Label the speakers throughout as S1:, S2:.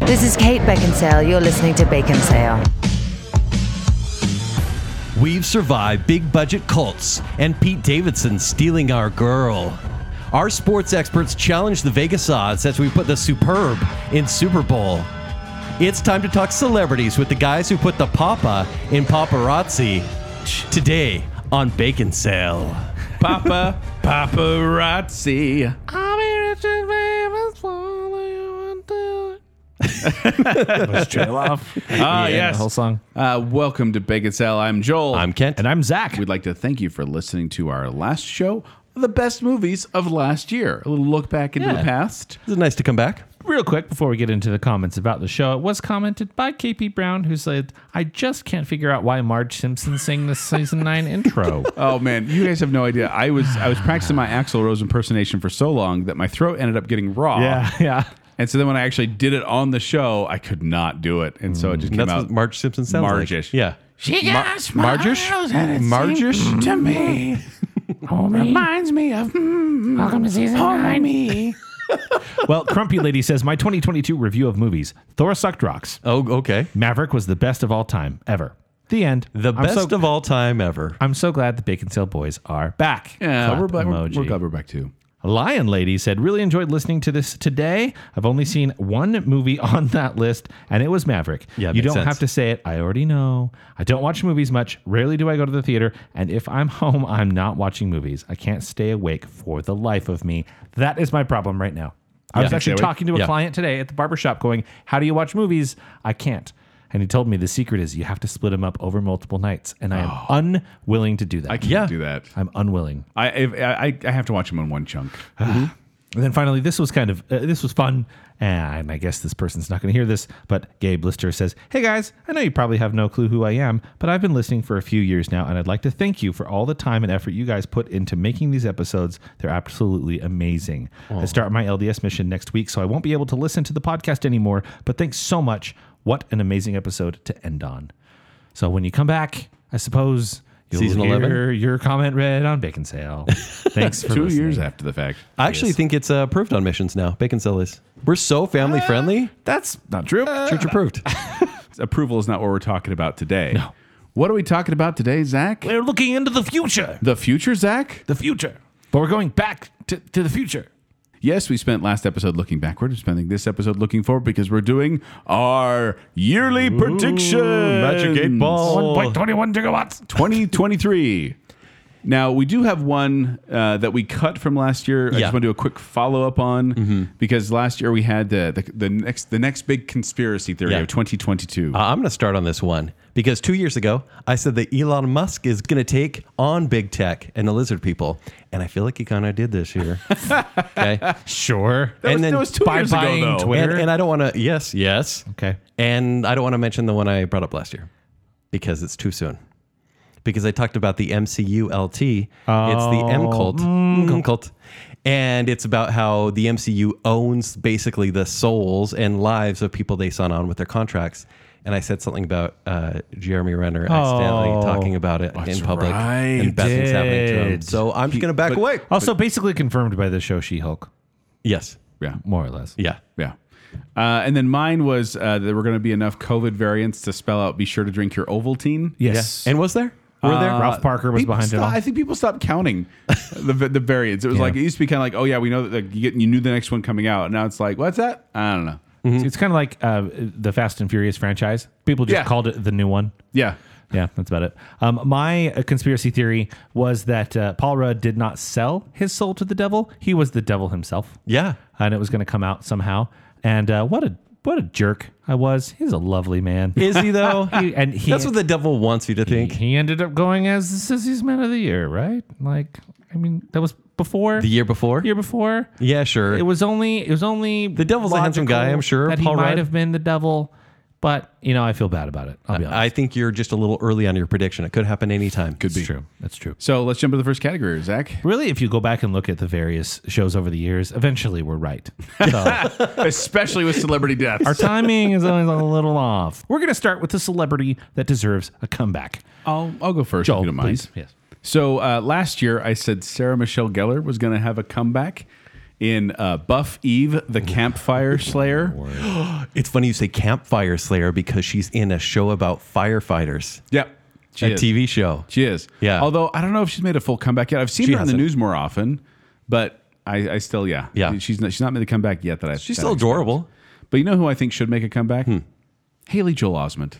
S1: This is Kate Beckinsale. You're listening to Bacon Sale.
S2: We've survived big budget cults and Pete Davidson stealing our girl. Our sports experts challenge the Vegas odds as we put the superb in Super Bowl. It's time to talk celebrities with the guys who put the papa in paparazzi today on Bacon Sale.
S3: Papa paparazzi.
S4: trail off.
S3: Ah,
S4: Yeah,
S3: yes.
S4: the whole song.
S3: Uh, welcome to Bacon Sale. I'm Joel.
S2: I'm Kent.
S4: And I'm Zach.
S3: We'd like to thank you for listening to our last show, the best movies of last year. A little look back into the
S2: Yeah.
S3: past.
S2: Is it nice to come back?
S4: Real quick, before we get into the comments about the show, it was commented by KP Brown, who said, I just can't figure out why Marge Simpson sang the season nine intro.
S3: Oh man, you guys have no idea. I was I was practicing my Axl Rose impersonation for so long that my throat ended up getting raw.
S4: yeah.
S3: And so then when I actually did it on the show, I could not do it, and so it just came
S2: That's
S3: out.
S2: what Marge Simpson sounds
S3: Marge-ish.
S2: like. Yeah.
S4: She
S3: Mar- Margish? Margish?
S4: to
S3: Mm.
S4: me. reminds me of Welcome to Season 9. Me. well, Crumpy Lady says, My 2022 review of movies Thor sucked rocks.
S2: Oh, okay.
S4: Maverick was the best of all time, ever. The end.
S2: The
S4: I'm so-
S2: best of all time ever.
S4: I'm so glad the Bacon Sale Boys are back.
S3: Yeah,
S4: Clap
S3: we're back. We're,
S4: emoji.
S3: we're glad we're back too.
S4: Lion Lady said, Really enjoyed listening to this today. I've only seen one movie on that list, and it was Maverick.
S2: Yeah,
S4: you
S2: makes
S4: don't
S2: sense.
S4: have to say it. I already know. I don't watch movies much. Rarely do I go to the theater. And if I'm home, I'm not watching movies. I can't stay awake for the life of me. That is my problem right now. I
S2: Yeah,
S4: was actually
S2: stay awake.
S4: talking to a
S2: Yeah.
S4: client today at the barber shop, going, How do you watch movies? I can't. And he told me the secret is you have to split them up over multiple nights. And I am
S2: Oh.
S4: unwilling to do that.
S3: I can't
S2: Yeah.
S3: do that.
S4: I'm unwilling.
S3: I, if- I I have to watch them in one chunk.
S4: And then finally, this was kind of uh, this was fun, and I guess this person's not going to hear this, but Gabe Lister says, "Hey guys, I know you probably have no clue who I am, but I've been listening for a few years now, and I'd like to thank you for all the time and effort you guys put into making these episodes. They're absolutely amazing. I start my LDS mission next week, so I won't be able to listen to the podcast anymore. But thanks so much. What an amazing episode to end on. So when you come back, I suppose." You'll
S2: Season 11?
S4: hear your comment read on Bacon Sale. Thanks for
S3: Two
S4: listening.
S3: years after the fact.
S2: I actually think it's uh, approved on missions now. Bacon Cell is. We're so family
S3: Ah.
S2: friendly.
S4: That's not true.
S3: Uh,
S2: Church approved.
S3: Approval is not what we're talking about today. No. What are we talking about today, Zach?
S4: We're looking into the future.
S3: The future, Zach?
S4: The future. But we're going back to, to the future.
S3: Yes, we spent last episode looking backward. We're spending this episode looking forward because we're doing our yearly prediction.
S4: Oh.
S2: ball.
S4: 1.21 gigawatts.
S3: 2023. Now, we do have one uh, that we cut from last year. I
S2: Yeah. Mm-hmm.
S3: just want to do a quick follow up on because last year we had the, the, the next the next big conspiracy theory
S2: Yeah.
S3: of 2022.
S2: Uh, I'm going to start on this one because two years ago, I said that Elon Musk is going to take on big tech and the lizard people. And I feel like he kind of did this year. okay.
S4: Sure.
S3: that,
S2: and
S3: was,
S2: then
S3: that was two
S4: by
S3: years ago,
S4: buying
S3: though.
S4: Twitter.
S2: And, and I don't want to, yes, yes.
S4: Okay.
S2: And I don't want to mention the one I brought up last year because it's too soon. Because I talked about the MCU LT. it's the M cult. M cult. And it's about how the MCU owns basically the souls and lives of people they sign on with their contracts. And I said something about uh, Jeremy Renner accidentally
S4: Oh,
S2: talking about it in public
S3: right.
S2: and bad things happening to him.
S4: Did.
S2: So I'm just going to back away.
S4: Also, basically confirmed by the show She Hulk,
S2: Yes.
S3: Yeah.
S4: more or less.
S2: Yeah.
S3: Yeah. Uh, and then mine was uh, there were going to be enough COVID variants to spell out be sure to drink your Ovaltine. Uh,
S4: Yes. Uh,
S2: And was there? Were there?
S4: Ralph Parker was
S3: People
S4: behind it
S3: sto-
S4: all.
S3: I think people stopped counting the, the variants. It was like it used to be kind of like, oh yeah, we know that like, you, get, you knew the next one coming out. Now it's like, what's that? I don't know.
S2: Mm-hmm.
S4: It's- It's kind of like uh, the Fast and Furious franchise. People just
S3: Yeah.
S4: called it the new one.
S3: Yeah,
S4: Yeah, that's about it. Um, my uh, conspiracy theory was that uh, Paul Rudd did not sell his soul to the devil. He was the devil himself.
S2: yeah.
S4: and it was going to come out somehow. And uh, what a what a jerk I was. He's a lovely man.
S2: Is he though?
S4: He- and he,
S2: That's what the devil wants you to think.
S4: he ended up going as the Sissies Man of the Year, right? Like, I mean, that was before
S2: The year before?
S4: year before.
S2: Yeah, sure.
S4: It was only it was only the
S2: devil's a handsome guy, I'm sure,
S4: that
S2: Paul
S4: he might
S2: Rudd.
S4: have been the devil, but you know I feel bad about it. I'll be honest.
S2: I think you're just a little early on your prediction. It could happen anytime.
S3: could be.
S4: That's true. That's true.
S3: So let's jump to the first category, Zach.
S4: Really, if you go back and look at the various shows over the years, eventually we're right.
S3: Especially with celebrity deaths.
S4: Our timing is always a little off. We're going to start with the celebrity that deserves a comeback.
S3: I'll I'll go first if
S4: Joel,
S3: you don't mind.
S4: please. Yes.
S3: So uh, last year I said Sarah Michelle Gellar was going to have a comeback in uh, Buff Eve the Campfire Slayer.
S2: It's funny you say Campfire Slayer because she's in a show about firefighters,
S3: Yep. She
S2: a
S3: is.
S2: TV show.
S3: She is.
S2: Yeah.
S3: Although I don't know if she's made a full comeback yet. I've seen
S2: She
S3: her on the
S2: hasn't.
S3: news more often, but I, I still yeah
S2: Yeah.
S3: She's not, she's not made a comeback yet. That I
S2: She's
S3: that
S2: still Hmm.
S3: I expect.
S2: adorable.
S3: But you know who I think should make a comeback? Haley Joel Osment.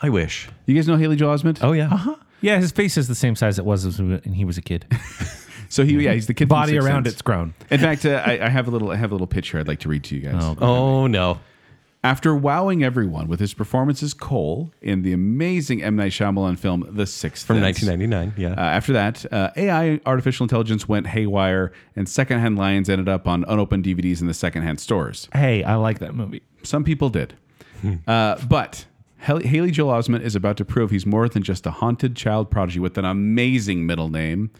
S2: I wish.
S3: You guys know Haley Joel Osment?
S2: Oh yeah. Uh-huh.
S4: Yeah, his face is the same size it was when he was a kid.
S3: So he yeah he's the kid. from
S4: Body
S3: Sixth
S4: around
S3: Sense.
S4: it's grown.
S3: In fact, uh, I, I have a little I have a little picture I'd like to read to you guys.
S4: Oh,
S2: Oh no.
S3: After wowing everyone with his performance as Cole in the amazing M Night Shyamalan film The Sixth
S2: From
S3: Sense,
S2: 1999. Yeah.
S3: Uh, after that, uh, AI artificial intelligence went haywire, and secondhand lions ended up on unopened DVDs in the secondhand stores.
S4: Hey, I like that movie.
S3: Some people did, uh, but Hal- Haley Joel Osment is about to prove he's more than just a haunted child prodigy with an amazing middle name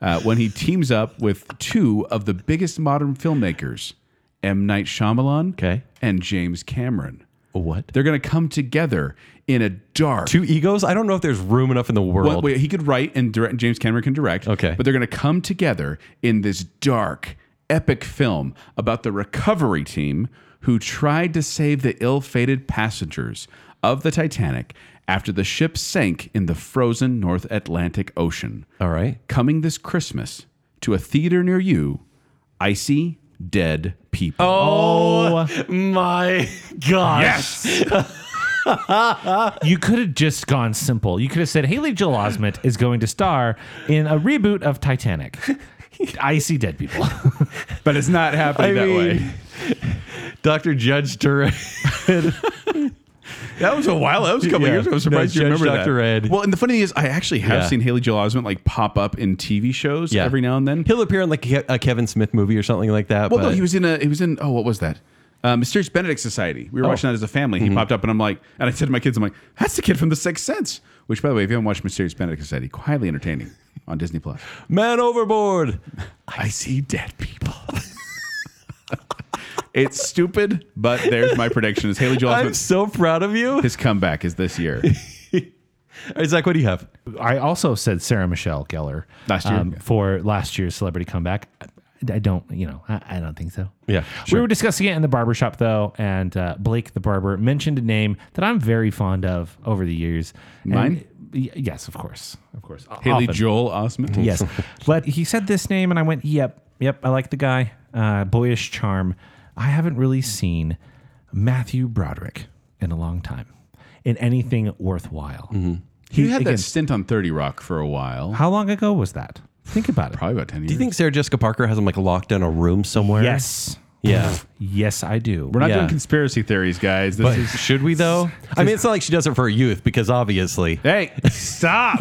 S3: uh, when he teams up with two of the biggest modern filmmakers, M Night Shyamalan,
S2: Okay.
S3: and James Cameron.
S2: what?
S3: They're going to come together in a dark,
S2: Two egos? I don't know if there's room enough in the world.
S3: well, wait, he could write and direct. and James Cameron can direct.
S2: Okay.
S3: but they're going to come together in this dark, epic film about the recovery team who tried to save the ill-fated passengers of the Titanic after the ship sank in the frozen North Atlantic Ocean.
S2: All right.
S3: Coming this Christmas to a theater near you, icy dead people.
S2: Oh, my gosh.
S3: yes,
S4: You could have just gone simple. You could have said Haley Joel Osment is going to star in a reboot of Titanic. I see dead people.
S3: but it's not happening
S2: I
S3: that way.
S2: mean, Dr. Judge Durant.
S3: That was a while. That was a couple
S2: Yeah.
S3: years ago. I'm surprised
S2: No,
S3: you
S2: Judge
S3: remember
S2: Dr.
S3: that.
S2: Ed.
S3: Well, and the funny thing is, I actually have
S2: Yeah.
S3: seen Haley Joel Osment like pop up in TV shows
S2: Yeah.
S3: every now and then.
S2: He'll appear in like a a Kevin Smith movie or something like that.
S3: well, no,
S2: but-
S3: he was in a. He was in. Oh, what was that? Uh, Mysterious Benedict Society.
S2: Oh.
S3: We were watching that as a family.
S2: Mm-hmm.
S3: He popped up, and I'm like, and I said to my kids, I'm like, that's the kid from The Sixth Sense. Which, by the way, if you haven't watched Mysterious Benedict Society, highly entertaining on Disney Plus.
S2: Man Overboard.
S3: I see dead people. it's stupid, but there's my prediction: is Haley Joel
S2: I'm
S3: Osment.
S2: so proud of you.
S3: His comeback is this year.
S2: All right, Zach, what do you have?
S4: I also said Sarah Michelle Gellar um,
S3: Last year, yeah.
S4: for last year's celebrity comeback. I- I don't, you know, I, I don't think so.
S2: Yeah,
S4: we were discussing it in the barber shop though, and uh, Blake the barber mentioned a name that I'm very fond of over the years. And-
S3: Mine?
S4: Y- yes, of course, of course. O-
S3: Haley
S4: often.
S3: Joel Osment.
S4: Yes, but he said this name, and I went, "Yep, yep, I like the guy. Uh, boyish charm." I haven't really seen Matthew Broderick in a long time in anything worthwhile.
S3: He Mm-hmm. had
S4: again,
S3: that stint on 30 Rock for a while.
S4: How long ago was that? Think about it.
S3: Probably about 10 years.
S2: Do you think Sarah Jessica Parker has him like locked in a room somewhere?
S4: Yes,
S2: Yeah.
S4: yes, I do.
S3: We're not
S2: Yeah.
S3: doing conspiracy theories, guys. This
S2: But
S3: is
S2: should we though? I mean, it's not like she does it for her youth because obviously.
S3: Hey,
S4: Stop,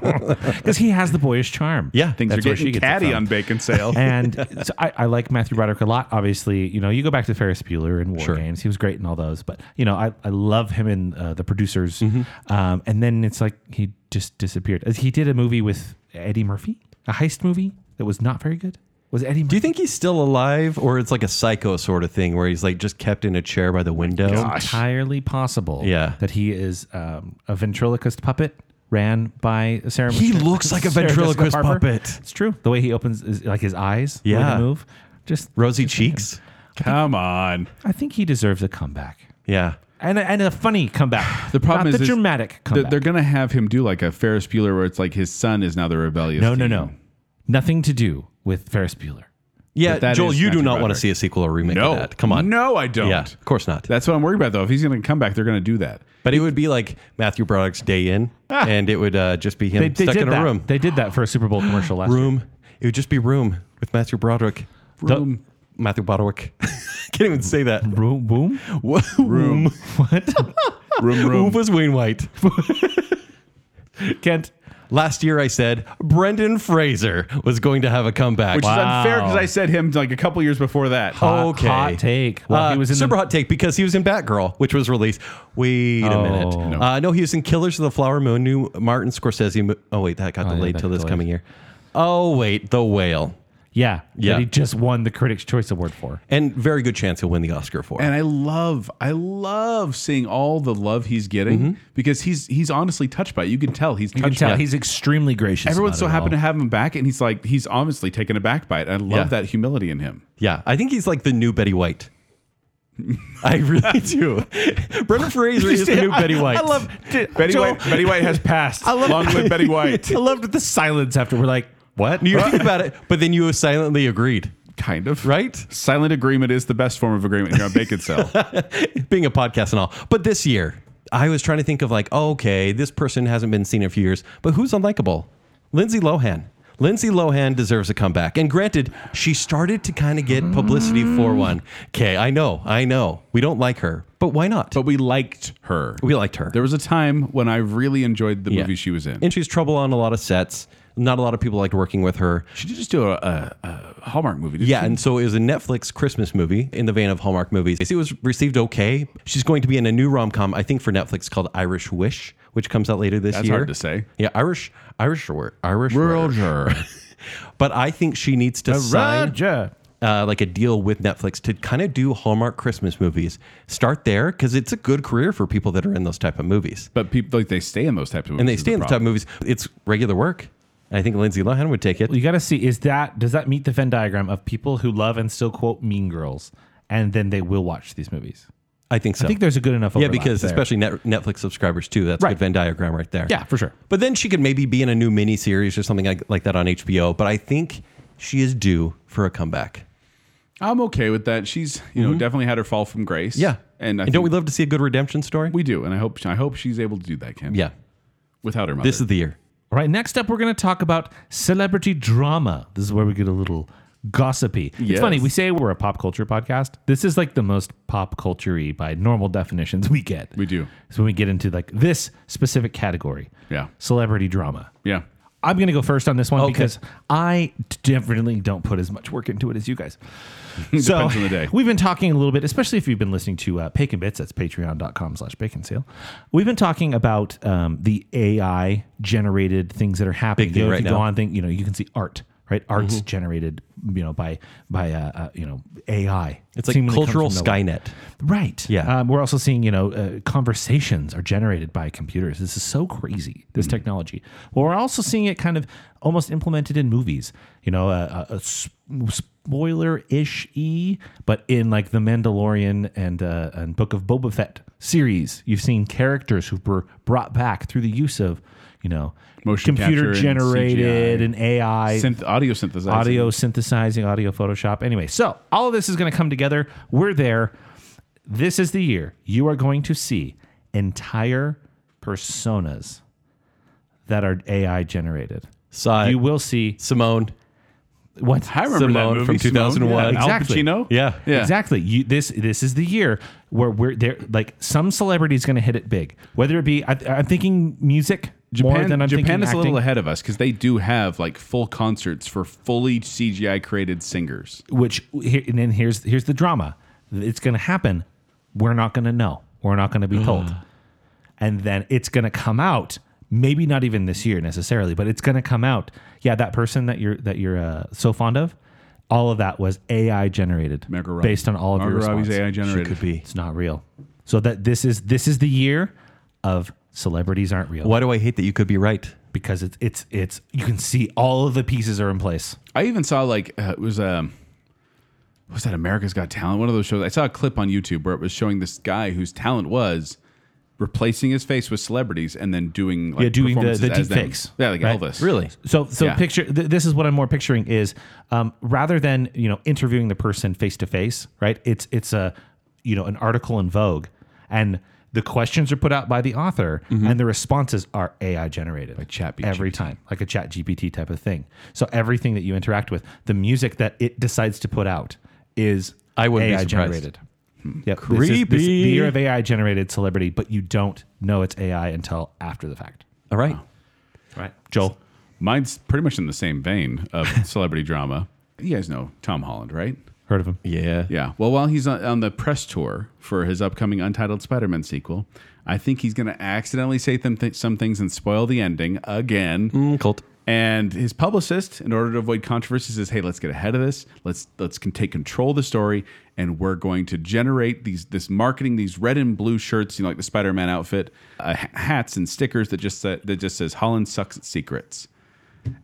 S4: because he has the boyish charm.
S2: Yeah.
S3: things
S4: That's
S3: are
S4: where she
S3: getting
S4: gets it
S3: catty
S4: from.
S3: on bacon sale.
S4: and so I, I like Matthew Broderick a lot. Obviously, you know, you go back to Ferris Bueller and War
S2: Sure.
S4: Games. He was great in all those, but you know, I, I love him in uh, the producers. Um, and then it's like he just disappeared. As He did a movie with Eddie Murphy, a heist movie that was not very good. Was Eddie?
S2: Do
S4: Murphy?
S2: you think he's still alive or it's like a psycho sort of thing where he's like just kept in a chair by the window?
S4: entirely possible?
S2: Yeah.
S4: that he is um, a ventriloquist puppet ran by Sarah.
S2: He
S4: Michelle-
S2: looks like a
S4: Sarah Jessica
S2: ventriloquist
S4: Parker.
S2: puppet.
S4: It's true. The way he opens, is, like his eyes, the way
S2: Yeah.
S4: they move. Just,
S2: Rosy cheeks?
S3: Come on.
S4: I think he deserves a comeback.
S2: Yeah.
S4: and a, and a funny comeback.
S3: The problem
S4: Not
S3: is
S4: the
S3: is
S4: dramatic
S3: They're,
S4: comeback.
S3: they're going to have him do like a Ferris Bueller where it's like his son is now the rebellious.
S4: no, no,
S3: teen.
S4: no, nothing to do with Ferris Bueller.
S2: Yeah,
S3: But that
S2: Joel,
S3: is
S2: you do
S3: Matthew
S2: not want
S3: Broderick.
S2: to see a sequel or remake
S3: No.
S2: of that. Come on.
S3: No, I don't.
S2: Yeah, of course not.
S3: That's what I'm worried about, though. If he's going to come back, they're going to do that.
S2: But it would be like Matthew Broderick's Day In,
S4: Ah.
S2: and it would uh, just be him
S4: They, they
S2: stuck
S4: did
S2: in a
S4: that.
S2: room.
S4: They did that for a Super Bowl commercial last year.
S2: room. It would just be room with Matthew Broderick.
S3: Room.
S2: Matthew Broderick. Can't even say that.
S4: Room, boom.
S2: room.
S3: Room,
S2: Who
S3: room.
S2: was Wainwright?
S4: Kent.
S2: Last year I said Brendan Fraser was going to have a comeback.
S3: Which is unfair because I said him like a couple years before that.
S4: Hot- hot take. Well, he
S2: Uh,
S4: was in the-
S2: super hot take because he was in Batgirl, which was released. Wait
S4: Oh.
S2: a minute.
S4: No.
S2: No. Uh, no, he was in Killers of the Flower Moon, new Martin Scorsese. mo- Oh wait, that got
S4: yeah,
S2: delayed
S4: that
S2: till
S4: got
S2: this
S4: delayed.
S2: coming year. Oh wait, The Whale,
S4: Yeah,
S2: Yeah.
S4: That he just won the Critics' Choice Award for.
S2: and very good chance he'll win the Oscar for.
S3: And I love, I love seeing all the love he's getting
S2: Mm-hmm.
S3: because he's he's honestly touched by it. You can tell he's
S4: You can
S3: touched
S4: tell
S3: by it.
S4: he's extremely gracious.
S3: Everyone's so
S4: about it
S3: happy
S4: all.
S3: to have him back, and he's like, he's obviously taken aback by it. I love
S2: Yeah.
S3: that humility in him.
S2: yeah, I think he's like the new Betty White. I really do. Brendan Fraser is the new Betty White.
S4: I love
S3: Betty
S4: Joel-
S3: White. Betty White has passed.
S4: I love-
S3: Long live Betty White.
S4: I loved the silence after we're like, what?
S2: You think about it, but then you silently agreed,
S3: kind of
S2: right?
S3: Silent agreement is the best form of agreement here on Bacon Cell.
S2: Being a podcast and all. But this year, I was trying to think of like, oh, okay, this person hasn't been seen in a few years, but who's unlikable? Lindsay Lohan. Lindsay Lohan deserves a comeback. And granted, she started to kind of get publicity
S3: Mm.
S2: for one. Okay, I know, I know. We don't like her, but why not?
S3: but we liked her.
S2: we liked her.
S3: There was a time when I really enjoyed the
S2: Yeah.
S3: movie she was in.
S2: And she's trouble on a lot of sets. Not a lot of people liked working with her.
S3: She did just do a, a, a Hallmark movie. Didn't
S2: Yeah,
S3: she?
S2: and so it was a Netflix Christmas movie in the vein of Hallmark movies. It was received okay. She's going to be in a new rom com, I think, for Netflix called Irish Wish, which comes out later this
S3: That's
S2: year.
S3: hard to say.
S2: Yeah, Irish, Irish, word, Irish. word.
S3: Roger.
S2: But I think she needs to sign
S4: Roger.
S2: uh, like a deal with Netflix to kind of do Hallmark Christmas movies. Start there because it's a good career for people that are in those type of movies,
S3: but people like they stay in those types of movies.
S2: and they
S3: is
S2: stay in the type of
S3: problem.
S2: movies. It's regular work. And I think Lindsay Lohan would take it.
S4: You got to see is that does that meet the Venn diagram of people who love and still quote Mean Girls, and then they will watch these movies.
S2: I think so.
S4: I think there's a good enough.
S2: yeah,
S4: overlap
S2: because
S4: there.
S2: especially net, Netflix subscribers too. That's a
S4: Right.
S2: good Venn diagram right there.
S4: yeah, for sure.
S2: But then she could maybe be in a new miniseries or something like, like that on HBO. But I think she is due for a comeback.
S3: I'm okay with that. She's you
S4: Mm-hmm.
S3: know definitely had her fall from grace. and,
S2: And,
S3: I
S2: don't we
S3: think
S2: love to see a good redemption story?
S3: we do, and I hope I hope she's able to do that, Kim.
S2: yeah.
S3: without her mother.
S2: This is the year.
S4: All right, next up, we're going to talk about celebrity drama. This is where we get a little gossipy.
S3: Yes.
S4: It's funny, we say we're a pop culture podcast. This is like the most pop culture y by normal definitions we get.
S3: We do.
S4: It's when we get into like this specific category.
S3: Yeah.
S4: Celebrity drama.
S3: yeah.
S4: I'm going to go first on this one
S2: Okay.
S4: because I definitely don't put as much work into it as you guys. so
S3: Depends on the day.
S4: we've been talking a little bit, especially if you've been listening to uh, Bacon Bits. That's patreon.com slash bacon sale. We've been talking about um, the AI generated things that are happening.
S2: Big thing
S4: you know, if
S2: right
S4: you go
S2: now. Mm-hmm.
S4: on thing, you know, you can see art, right? Art's generated, you know, by, by uh, uh, you know, AI.
S2: It's like
S4: Seemingly comes
S2: cultural
S4: from nowhere.
S2: Skynet.
S4: Right.
S2: Yeah.
S4: Um, we're also seeing, you know, uh, conversations are generated by computers. This is so crazy, this
S3: Hmm.
S4: technology. Well, we're also seeing it kind of almost implemented in movies, you know, a, a, spoiler ish E, but in like The Mandalorian and, uh, and Book of Boba Fett series, you've seen characters who were brought back through the use of, you know,
S3: Motion capture
S4: computer
S3: and
S4: generated and, AI
S3: Synth, audio synthesizing.
S4: audio synthesizing, audio Photoshop. Anyway, so all of this is going to come together. We're there. This is the year you are going to see entire personas that are AI generated.
S2: Sigh.
S4: you will see
S2: Simone.
S4: what
S3: I remember
S2: Simone
S3: that movie,
S2: from
S3: Simone.
S2: 2001.
S3: Yeah,
S4: Exactly.
S3: Al Pacino.
S2: Yeah.
S3: Yeah.
S4: Exactly. You this this is the year where we're there. Like some celebrity's going to hit it big, whether it be I, I'm thinking music more
S3: Japan,
S4: than I'm
S3: Japan
S4: thinking
S3: is a
S4: acting.
S3: little ahead of us because they do have like full concerts for fully CGI created singers.
S4: which here, and then here's here's the drama it's going to happen we're not going to know we're not going to be told and then it's going to come out maybe not even this year necessarily but it's going to come out yeah that person that you're that you're uh, so fond of all of that was ai generated
S3: Margot Robbie.
S4: based on all of
S3: Margot
S4: your
S3: Robbie's
S4: responses
S3: AI generated.
S2: Could be.
S4: it's not real so that this is this is the year of celebrities aren't real
S2: Why do I hate that you could be right?
S4: because it's it's it's you can see all of the pieces are in place
S3: I even saw like uh, it was um was that America's Got Talent? One of those shows. I saw a clip on YouTube where it was showing this guy whose talent was replacing his face with celebrities and then doing like
S4: yeah, doing the,
S3: performances
S4: the deep
S3: as them.
S4: fakes.
S3: Yeah, like
S4: right?
S3: Elvis.
S4: So, so
S3: Yeah.
S4: picture. Th- this is what I'm more picturing is um, rather than you know interviewing the person face to face, right? It's it's a you know an article in Vogue, and the questions are put out by the author,
S2: Mm-hmm.
S4: and the responses are AI generated by
S3: chat
S4: every time, like a Chat GPT type of thing. So everything that you interact with, the music that it decides to put out is
S2: I wouldn't be
S4: AI
S2: surprised.
S4: generated. Yep. This is- this- the
S2: Creepy.
S4: year of AI generated celebrity, but you don't know it's AI until after the fact.
S2: All right.
S4: Right. Joel.
S3: Mine's pretty much in the same vein of celebrity drama. You guys know Tom Holland, right?
S4: Heard of him?
S2: Yeah.
S3: Yeah. Well, while he's on, on the press tour for his upcoming Untitled Spider-Man sequel, I think he's going to accidentally say them th- some things and spoil the ending again.
S4: Mm-hmm.
S2: Mm, cult.
S3: And his publicist, in order to avoid controversy, says, "Hey, let's get ahead of this. Let's let's can take control of the story, and we're going to generate these this marketing, these red and blue shirts, you know, like the Spider-Man outfit, uh, h- hats and stickers that just sa- that just says Holland sucks at secrets."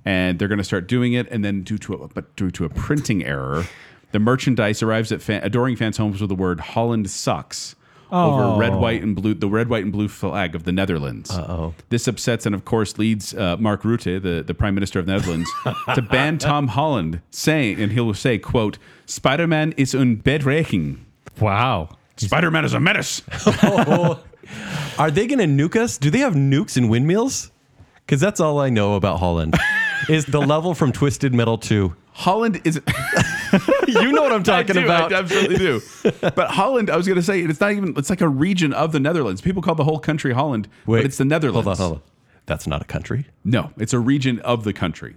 S3: And they're going to start doing it, and then due to a but due to a printing error, The merchandise arrives at fan, adoring fans' homes with the word "Holland sucks." Over red, white, and blue, the red, white, and blue flag of the Netherlands. Uh-oh. This upsets and, of course, leads uh, Mark Rutte, the, the Prime Minister of the Netherlands, to ban Tom Holland, saying, and he'll say, "quote Spider Man is un bedreiging.
S4: Wow.
S3: Spider Man is a menace."
S2: Oh. Are they going to nuke us? Do they have nukes and windmills? Because that's all I know about Holland. is the level from Twisted Metal 2.
S3: Holland is.
S2: You know what I'm talking
S3: I do,
S2: about.
S3: I absolutely do. but Holland, I was going to say, it's not even, it's like a region of the Netherlands. People call the whole country Holland, but it's the Netherlands.
S2: Hold on, hold on. That's not a country.
S3: No, it's a region of the country.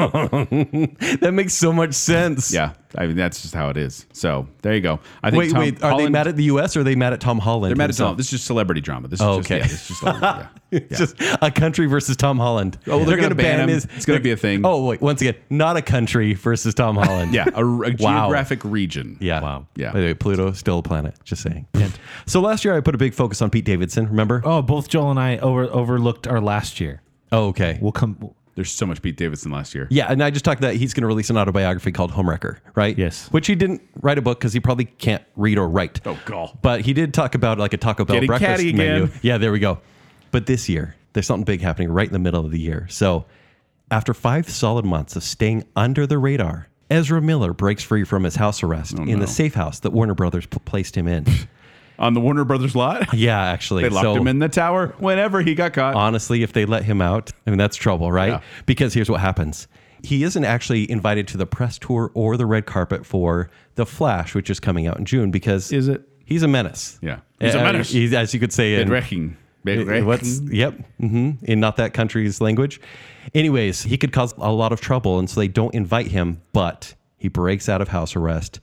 S2: That makes so much sense.
S3: Yeah. I mean, that's just how it is. So there you go. I think
S2: Wait,
S3: Tom
S2: wait. Are they
S3: Holland-
S2: mad at the U.S. or are they mad at Tom Holland?
S3: They're mad at Tom. This is just celebrity drama. This is
S2: Oh,
S3: just,
S2: okay.
S3: yeah, this is just celebrity, yeah.
S2: It's just a country versus Tom Holland.
S3: Oh, they're gonna
S2: gonna
S3: ban him. It's gonna be a thing.
S2: Oh, wait. Once again, not a country versus Tom Holland.
S3: Yeah, a, a
S2: Wow.
S3: geographic region.
S2: Yeah.
S4: Wow.
S3: Yeah.
S2: By the way, Pluto still a planet. Just saying. so last year I put a big focus on Pete Davidson. Remember?
S4: Oh, both Joel and I over, overlooked our last year.
S2: Oh, okay.
S4: We'll come.
S3: There's so much Pete Davidson last year.
S2: Yeah, and I just talked that he's going to release an autobiography called Homewrecker, right?
S4: Yes.
S2: Which he didn't write a book because he probably can't read or write.
S3: Oh, God.
S2: But he did talk about like a Taco Bell
S3: Getting
S2: breakfast
S3: catty
S2: menu.
S3: again.
S2: Yeah, there we go. But this year, there's something big happening right in the middle of the year. So, after five solid months of staying under the radar, Ezra Miller breaks free from his house arrest in
S3: Oh, no.
S2: the safe house that Warner Brothers p- placed him in.
S3: On the Warner Brothers lot,
S2: yeah, actually,
S3: they locked
S2: So-
S3: him in the tower whenever he got caught.
S2: honestly, if they let him out, I mean, that's trouble, right?
S3: Yeah.
S2: Because here's what happens he isn't actually invited to the press tour or the red carpet for The Flash, which is coming out in June, because
S3: Is it?
S2: he's a menace.
S3: Yeah. He's a
S2: Uh,
S3: menace.
S2: he's- as you could say in.
S3: Bedreiging.
S2: Uh, What's yep hmm in not that country's language. Anyways, he could cause a lot of trouble, and so they don't invite him. But he breaks out of house arrest.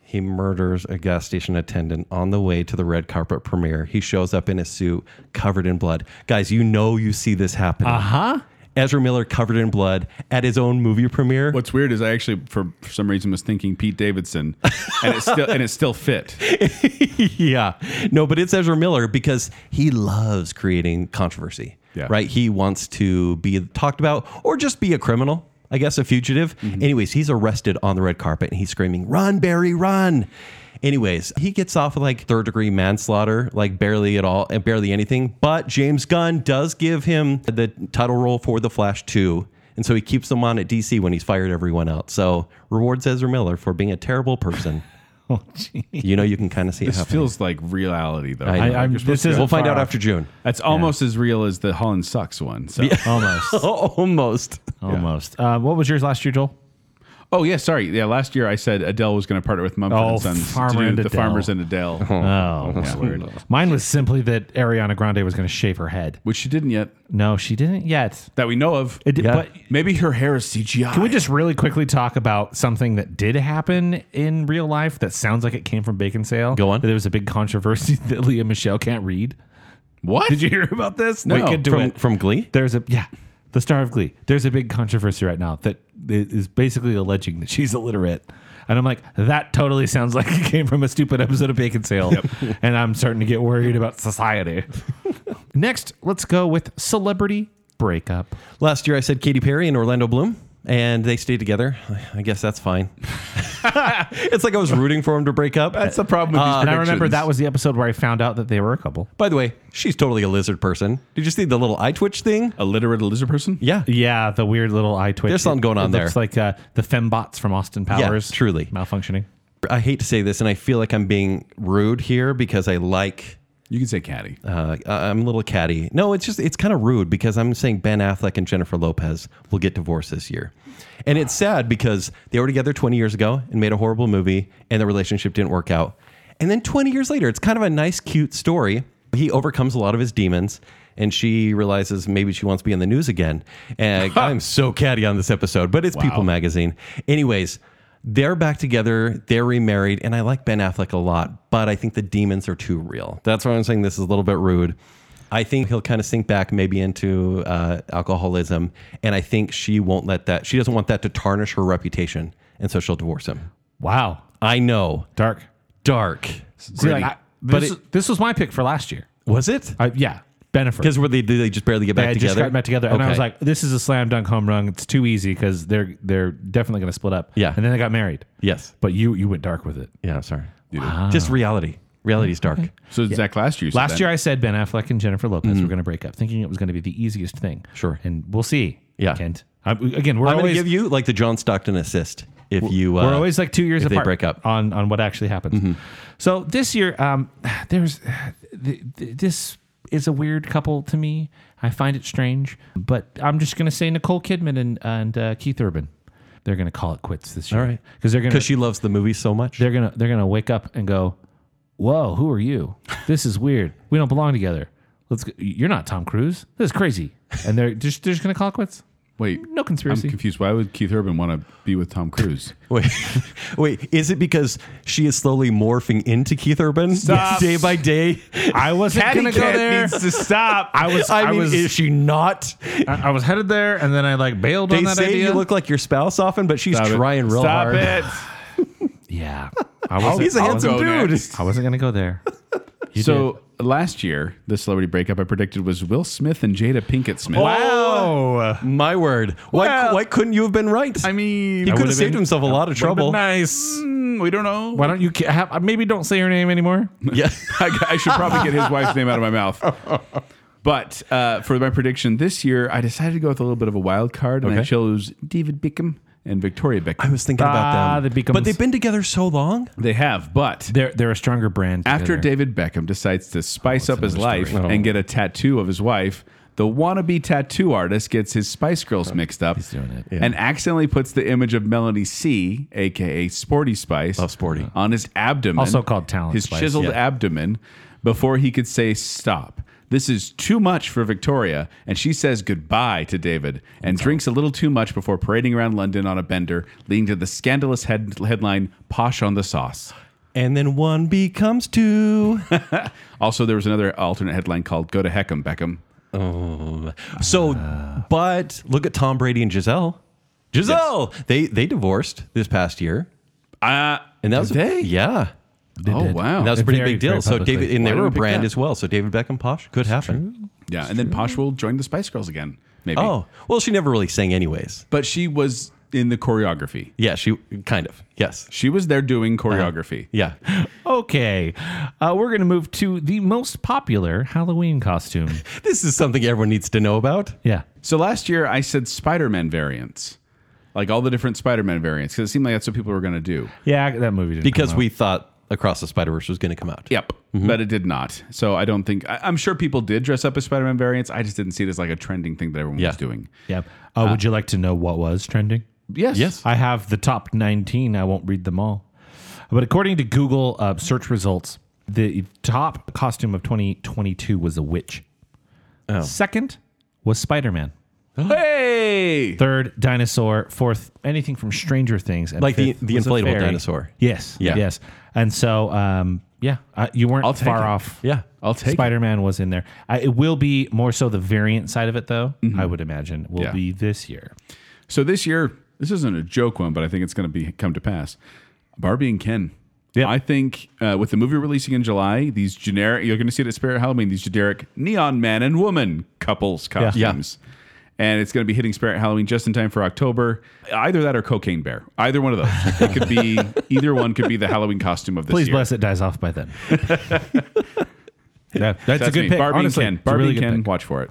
S2: He murders a gas station attendant on the way to the red carpet premiere. He shows up in a suit, covered in blood. Guys, you know you see this happen. Uh huh. Ezra Miller covered in blood at his own movie premiere.
S3: What's weird is I actually, for, for some reason, was thinking Pete Davidson, and it still and it still fit.
S2: yeah. No, but it's Ezra Miller because he loves creating controversy.
S3: Yeah.
S2: Right? He wants to be talked about or just be a criminal, I guess, a fugitive.
S3: Mm-hmm.
S2: Anyways, he's arrested on the red carpet and he's screaming, Run, Barry, run. Anyways, he gets off with like third degree manslaughter, like barely at all, and barely anything. But James Gunn does give him the title role for The Flash 2. And so he keeps him on at DC when he's fired everyone out. So rewards Ezra Miller for being a terrible person.
S4: Oh, gee.
S2: You know, you can kind of see it
S3: This
S2: happening.
S3: feels like reality, though.
S2: I know.
S4: I'm-
S3: You're supposed
S4: this
S3: to-
S4: is-
S2: We'll find
S4: far
S2: out
S4: off.
S2: after June.
S3: that's almost as real as the Holland sucks one. So.
S4: Almost.
S2: Almost.
S4: Almost. Uh, what was yours last year, Joel?
S3: Oh yeah, sorry. Yeah, last year I said Adele was going to partner with Mumford
S4: Oh,
S3: and Sons
S4: Farmer
S3: to do
S4: and
S3: the
S4: Adele.
S3: Farmers and Adele,
S4: Oh,
S3: Yeah, weird.
S4: mine was simply that Ariana Grande was going to shave her head.
S3: which she didn't yet
S4: No, she didn't yet.
S3: that we know of.
S4: It did,
S2: Yeah.
S4: But
S3: Maybe her hair is CGI.
S4: can we just really quickly talk about something that did happen in real life that sounds like it came from Bacon Sale?
S2: Go on.
S4: There was a big controversy that Leah Michelle can't read.
S3: what?
S4: Did you hear about this? No. We could do
S2: from,
S4: it.
S2: from Glee?
S4: There's a yeah, the star of Glee. There's a big controversy right now that is basically alleging that she's illiterate. And I'm like, that totally sounds like it came from a stupid episode of Bacon Sale. and I'm starting to get worried about society. Next, let's go with celebrity breakup.
S2: Last year I said Katy Perry and Orlando Bloom, and they stayed together. I guess that's fine. it's like I was rooting for them to break up. Uh,
S3: That's the problem with these
S4: And I
S3: predictions.
S4: remember that was the episode where I found out that they were a couple.
S2: By the way, she's totally a lizard person. Did you see the little eye twitch thing?
S3: a literate lizard person.
S2: Yeah.
S4: Yeah, the weird little eye twitch.
S2: There's something going on
S4: it looks
S2: there.
S4: like uh, the fembots from Austin Powers.
S2: truly.
S4: Malfunctioning.
S2: I hate to say this, and I feel like I'm being rude here because I like.
S3: You can say Caddy.
S2: Uh, I- I'm a little catty. No, it's just it's kind of rude because I'm saying Ben Affleck and Jennifer Lopez will get divorced this year, and it's sad because they were together 20 years ago and made a horrible movie, and the relationship didn't work out. And then 20 years later, it's kind of a nice, cute story. He overcomes a lot of his demons, and she realizes maybe she wants to be in the news again. And I'm so catty on this episode, but it's People Magazine. Anyways, they're back together, they're remarried, and I like Ben Affleck a lot, but I think the demons are too real. That's why I'm saying this is a little bit rude. I think he'll kind of sink back maybe into uh, alcoholism, and I think she won't let that, she doesn't want that to tarnish her reputation, and so she'll divorce him.
S4: Wow.
S2: I know.
S4: Dark.
S2: Dark.
S4: See, like, I-
S2: But
S4: this,
S2: it-
S4: this was my pick for last year.
S2: Was it?
S4: I, yeah. Benefit.
S2: Because were they did they just barely get back
S4: they
S2: together?
S4: just got back together, and I was
S2: Okay.
S4: like, "This is a slam dunk home run. It's too easy because they're they're definitely going to split up."
S2: Yeah.
S4: and then they got married.
S2: yes,
S4: But you you went dark with it.
S2: yeah. I'm sorry. Just
S4: Ah.
S2: reality. Reality's dark.
S3: So Zach, last year, you said
S4: Last
S3: that.
S4: year, I said Ben Affleck and Jennifer Lopez were going to break up, thinking it was going to be the easiest thing.
S2: Mm-hmm. Sure.
S4: and we'll see.
S2: Yeah.
S4: Kent. I, again, we're
S2: I'm going
S4: always
S2: to give you like the John Stockton assist if you. Uh,
S4: we're always like two years
S2: if they
S4: apart
S2: break up. Mm-hmm.
S4: on on what actually happens. So this year, um, there's th- th- this is a weird couple to me. I find it strange, but I'm just going to say Nicole Kidman and and uh, Keith Urban. They're going to call it quits this year.
S2: All right.
S4: because they're going to
S2: because she loves the movie so much.
S4: they're gonna they're gonna wake up and go, "Whoa, who are you? This is weird. We don't belong together. Let's. Go. You're not Tom Cruise. This is crazy." And they're just they're just gonna call it quits.
S3: Wait,
S4: No conspiracy.
S3: I'm confused. Why would Keith Urban want to be with Tom Cruise?
S2: Wait, wait, is it because she is slowly morphing into Keith Urban
S4: Stop.
S2: day by day?
S4: I wasn't
S2: Catty
S4: gonna go
S2: Cat
S4: there.
S2: needs
S4: to stop. I was. I,
S2: I, mean,
S4: was.
S2: is she not?
S4: I, I was headed there, and then I like bailed
S2: They
S4: on that
S2: say
S4: idea.
S2: you look like your spouse often, but she's
S3: Stop it.
S2: trying real hard.
S4: yeah, I wasn't.
S2: He's a
S3: I'll
S2: handsome
S3: go
S2: dude.
S3: next.
S4: I wasn't gonna go there.
S3: so last year, the celebrity breakup I predicted was Will Smith and Jada Pinkett Smith. Oh,
S4: Wow.
S2: My word. Why,
S4: Well-
S2: why couldn't you have been right?
S3: I mean,
S2: he could have
S4: would've
S2: saved
S4: been-
S2: himself a lot of trouble.
S4: Nice.
S3: Mm, we don't know.
S4: Why don't you ca- have, maybe don't say her name anymore?
S2: Yeah.
S3: I, I should probably get his wife's name out of my mouth. But uh, for my prediction this year, I decided to go with a little bit of a wild card, and I
S2: Okay.
S3: chose David Beckham and Victoria Beckham.
S2: I was thinking
S4: Ah,
S2: about them.
S4: the Beacons.
S2: but they've been together so long.
S3: they have, but
S4: They're they're a stronger brand.
S3: after
S4: together. Oh,
S3: David Beckham decides to spice up his
S4: another
S3: life
S4: story.
S3: and get a tattoo of his wife, the wannabe tattoo artist gets his Spice Girls mixed up
S4: Oh, doing it.
S3: and accidentally puts the image of Melanie C, aka Sporty Spice,
S2: Love Sporty.
S3: on his abdomen,
S4: Also called Talent
S3: his
S4: Spice,
S3: chiseled
S2: yeah.
S3: abdomen, before he could say stop. This is too much for Victoria, and she says goodbye to David and drinks a little too much before parading around London on a bender, leading to the scandalous head- headline "Posh on the Sauce."
S2: And then one becomes two.
S3: Also, there was another alternate headline called "Go to Heckam Beckham."
S2: So, but look at Tom Brady and Giselle. Giselle, they they divorced this past year,
S3: Uh,
S2: and that was
S3: they?
S2: yeah,
S3: oh wow,
S2: and that was a
S4: They
S2: pretty
S4: very-
S2: big deal.
S4: very
S2: So
S4: publicly.
S2: David, and they
S3: Why
S2: were a
S3: didn't we pick
S2: brand
S3: that?
S2: as well. So David Beckham Posh could happen.
S3: yeah. And then Posh will join the Spice Girls again, maybe.
S2: Oh well, she never really sang anyways.
S3: but she was in the choreography.
S2: Yeah, she kind of yes,
S3: She was there doing
S2: Uh-huh.
S3: choreography.
S2: yeah.
S4: Okay, uh, we're going to move to the most popular Halloween costume.
S2: This is something everyone needs to know about.
S4: yeah,
S3: So last year I said Spider-Man variants, like all the different Spider-Man variants, because it seemed like that's what people were going to do.
S4: yeah, that movie didn't
S2: because
S4: come
S2: we thought Across the Spider Verse was going to come out.
S3: Yep. But it did not. So I don't think I, I'm sure people did dress up as Spider-Man variants. I just didn't see it as like a trending thing that everyone
S2: Yeah.
S3: was doing.
S4: out. yeah. Uh, would you like to know what was trending?
S3: Yes.
S2: Yes.
S4: I have the top nineteen. I won't read them all, but according to Google uh, search results, the top costume of 2022 was a witch.
S2: Oh.
S4: Second was Spider-Man.
S3: Hey.
S4: Third, dinosaur. Fourth, anything from Stranger Things. And
S2: Like the-
S4: fifth
S2: the
S4: was a
S2: inflatable
S4: fairy.
S2: dinosaur.
S4: Yes.
S2: Yeah.
S4: Yes. And so, um, yeah, uh, you weren't
S3: I'll take
S4: far
S3: it.
S4: off.
S2: Yeah.
S3: I'll take it.
S4: Spider Man was in there. I, it will be more so the variant side of it, though. I would imagine will
S3: Yeah.
S4: be this year.
S3: So this year, this isn't a joke one, but I think it's going to be come to pass. Barbie and Ken.
S4: Yeah.
S3: I think uh, with the movie releasing in July, these generic you're going to see it at Spirit Halloween. These generic neon man and woman couples costumes, and it's going to be hitting Spirit Halloween just in time for October. Either that or Cocaine Bear. Either one of those. it could be either one could be the Halloween costume of this
S4: Please
S3: year.
S4: bless it dies off by then. Yeah, that's, a
S3: That's
S4: good
S3: me.
S4: pick.
S3: Barbie
S4: Honestly,
S3: and
S4: it's
S3: Ken.
S4: a
S3: Barbie
S4: really good
S3: and Ken.
S4: pick.
S3: Watch for it.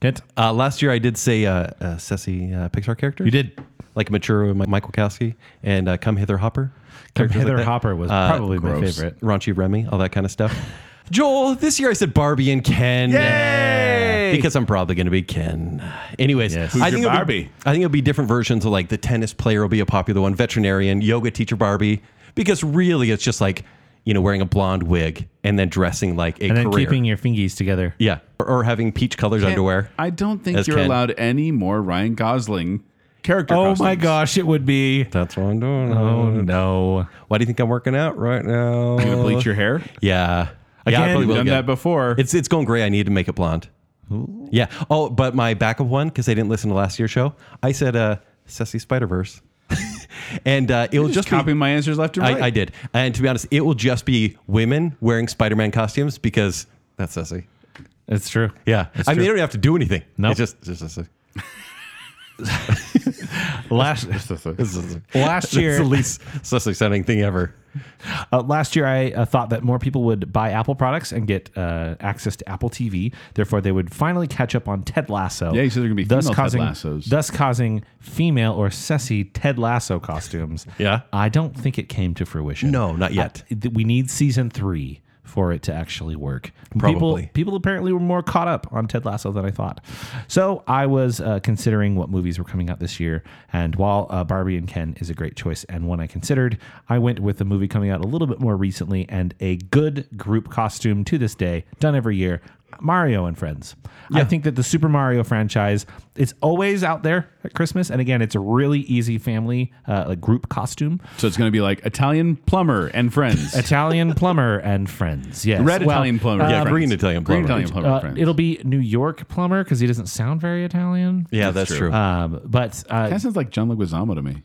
S4: Kent,
S2: Uh, last year I did say uh, uh, sessy uh, Pixar characters.
S4: you did.
S2: like Mature and Mi- Michael Kasky and uh, Come Hither Hopper.
S4: Come
S2: Characters like
S4: Hither
S2: that.
S4: Hopper was
S2: Uh,
S4: probably my
S3: gross.
S4: favorite.
S2: Raunchy Remy, all that kind of stuff. Joel, this year I said Barbie and Ken. Yay! Because I'm probably going to be Ken. Anyways,
S4: Yes.
S2: I
S3: Who's
S2: think
S3: your
S2: it'll
S3: Barbie?
S2: Be, I think it'll be different versions of like the tennis player will be a popular one, veterinarian, yoga teacher Barbie, because really it's just like you know wearing a blonde wig and then dressing like a
S4: And then
S2: career.
S4: keeping your fingies together.
S2: yeah, or, or having peach colored underwear.
S3: I don't think
S2: As
S3: you're
S2: Ken.
S3: allowed any more Ryan Gosling character.
S4: Oh my
S3: costumes.
S4: gosh, it would be.
S2: That's what I'm doing.
S4: Oh no.
S2: Why do you think I'm working out right now?
S3: You gonna bleach your hair?
S2: Yeah. yeah, I
S4: Again,
S2: probably
S3: You've
S2: will
S3: done
S2: get-
S3: that before.
S2: It's it's going gray. I need to make it blonde. Yeah. Oh, but my backup one because they didn't listen to last year's show. I said uh, Sessy Spider Verse, and uh, it will
S3: just
S2: just,
S3: copying
S2: be.
S3: my answers left and right.
S2: I, I did, and to be honest, it will just be women wearing Spider Man costumes because that's Sessy.
S4: It's true.
S2: Yeah. I mean, they don't have to do anything. It's
S4: Nope.
S2: just, it's just,
S4: Last
S2: it's just-
S4: last
S2: That's
S4: year,
S2: the least Sussex sounding thing ever.
S4: Uh, last year, I uh, thought that more people would buy Apple products and get uh, access to Apple TV. Therefore, they would finally catch up on Ted Lasso.
S3: Yeah, you said there were gonna be
S4: thus
S3: female Ted
S4: causing,
S3: Lassos.
S4: Thus causing female or sessy Ted Lasso costumes.
S2: Yeah.
S4: I don't think it came to fruition.
S2: No, not yet.
S4: I- th- we need season three for it to actually work.
S2: Probably.
S4: People, people apparently were more caught up on Ted Lasso than I thought. So I was uh, considering what movies were coming out this year. And while uh, Barbie and Ken is a great choice and one I considered, I went with a movie coming out a little bit more recently and a good group costume to this day, done every year. Mario and Friends. I think that the Super Mario franchise it's always out there at Christmas, and again, it's a really easy family uh, like group costume.
S3: So it's going to be like Italian plumber and friends. uh,
S4: Italian plumber and friends. Yes,
S3: Red
S4: Well, um,
S3: Italian plumber. and
S2: yeah,
S3: friends.
S2: green Italian plumber.
S3: Green Italian plumber and
S4: Uh,
S3: friends.
S4: it'll be New York plumber because he doesn't sound very Italian.
S2: Yeah, that's, true.
S4: Um, but uh,
S3: That sounds like John Leguizamo to me.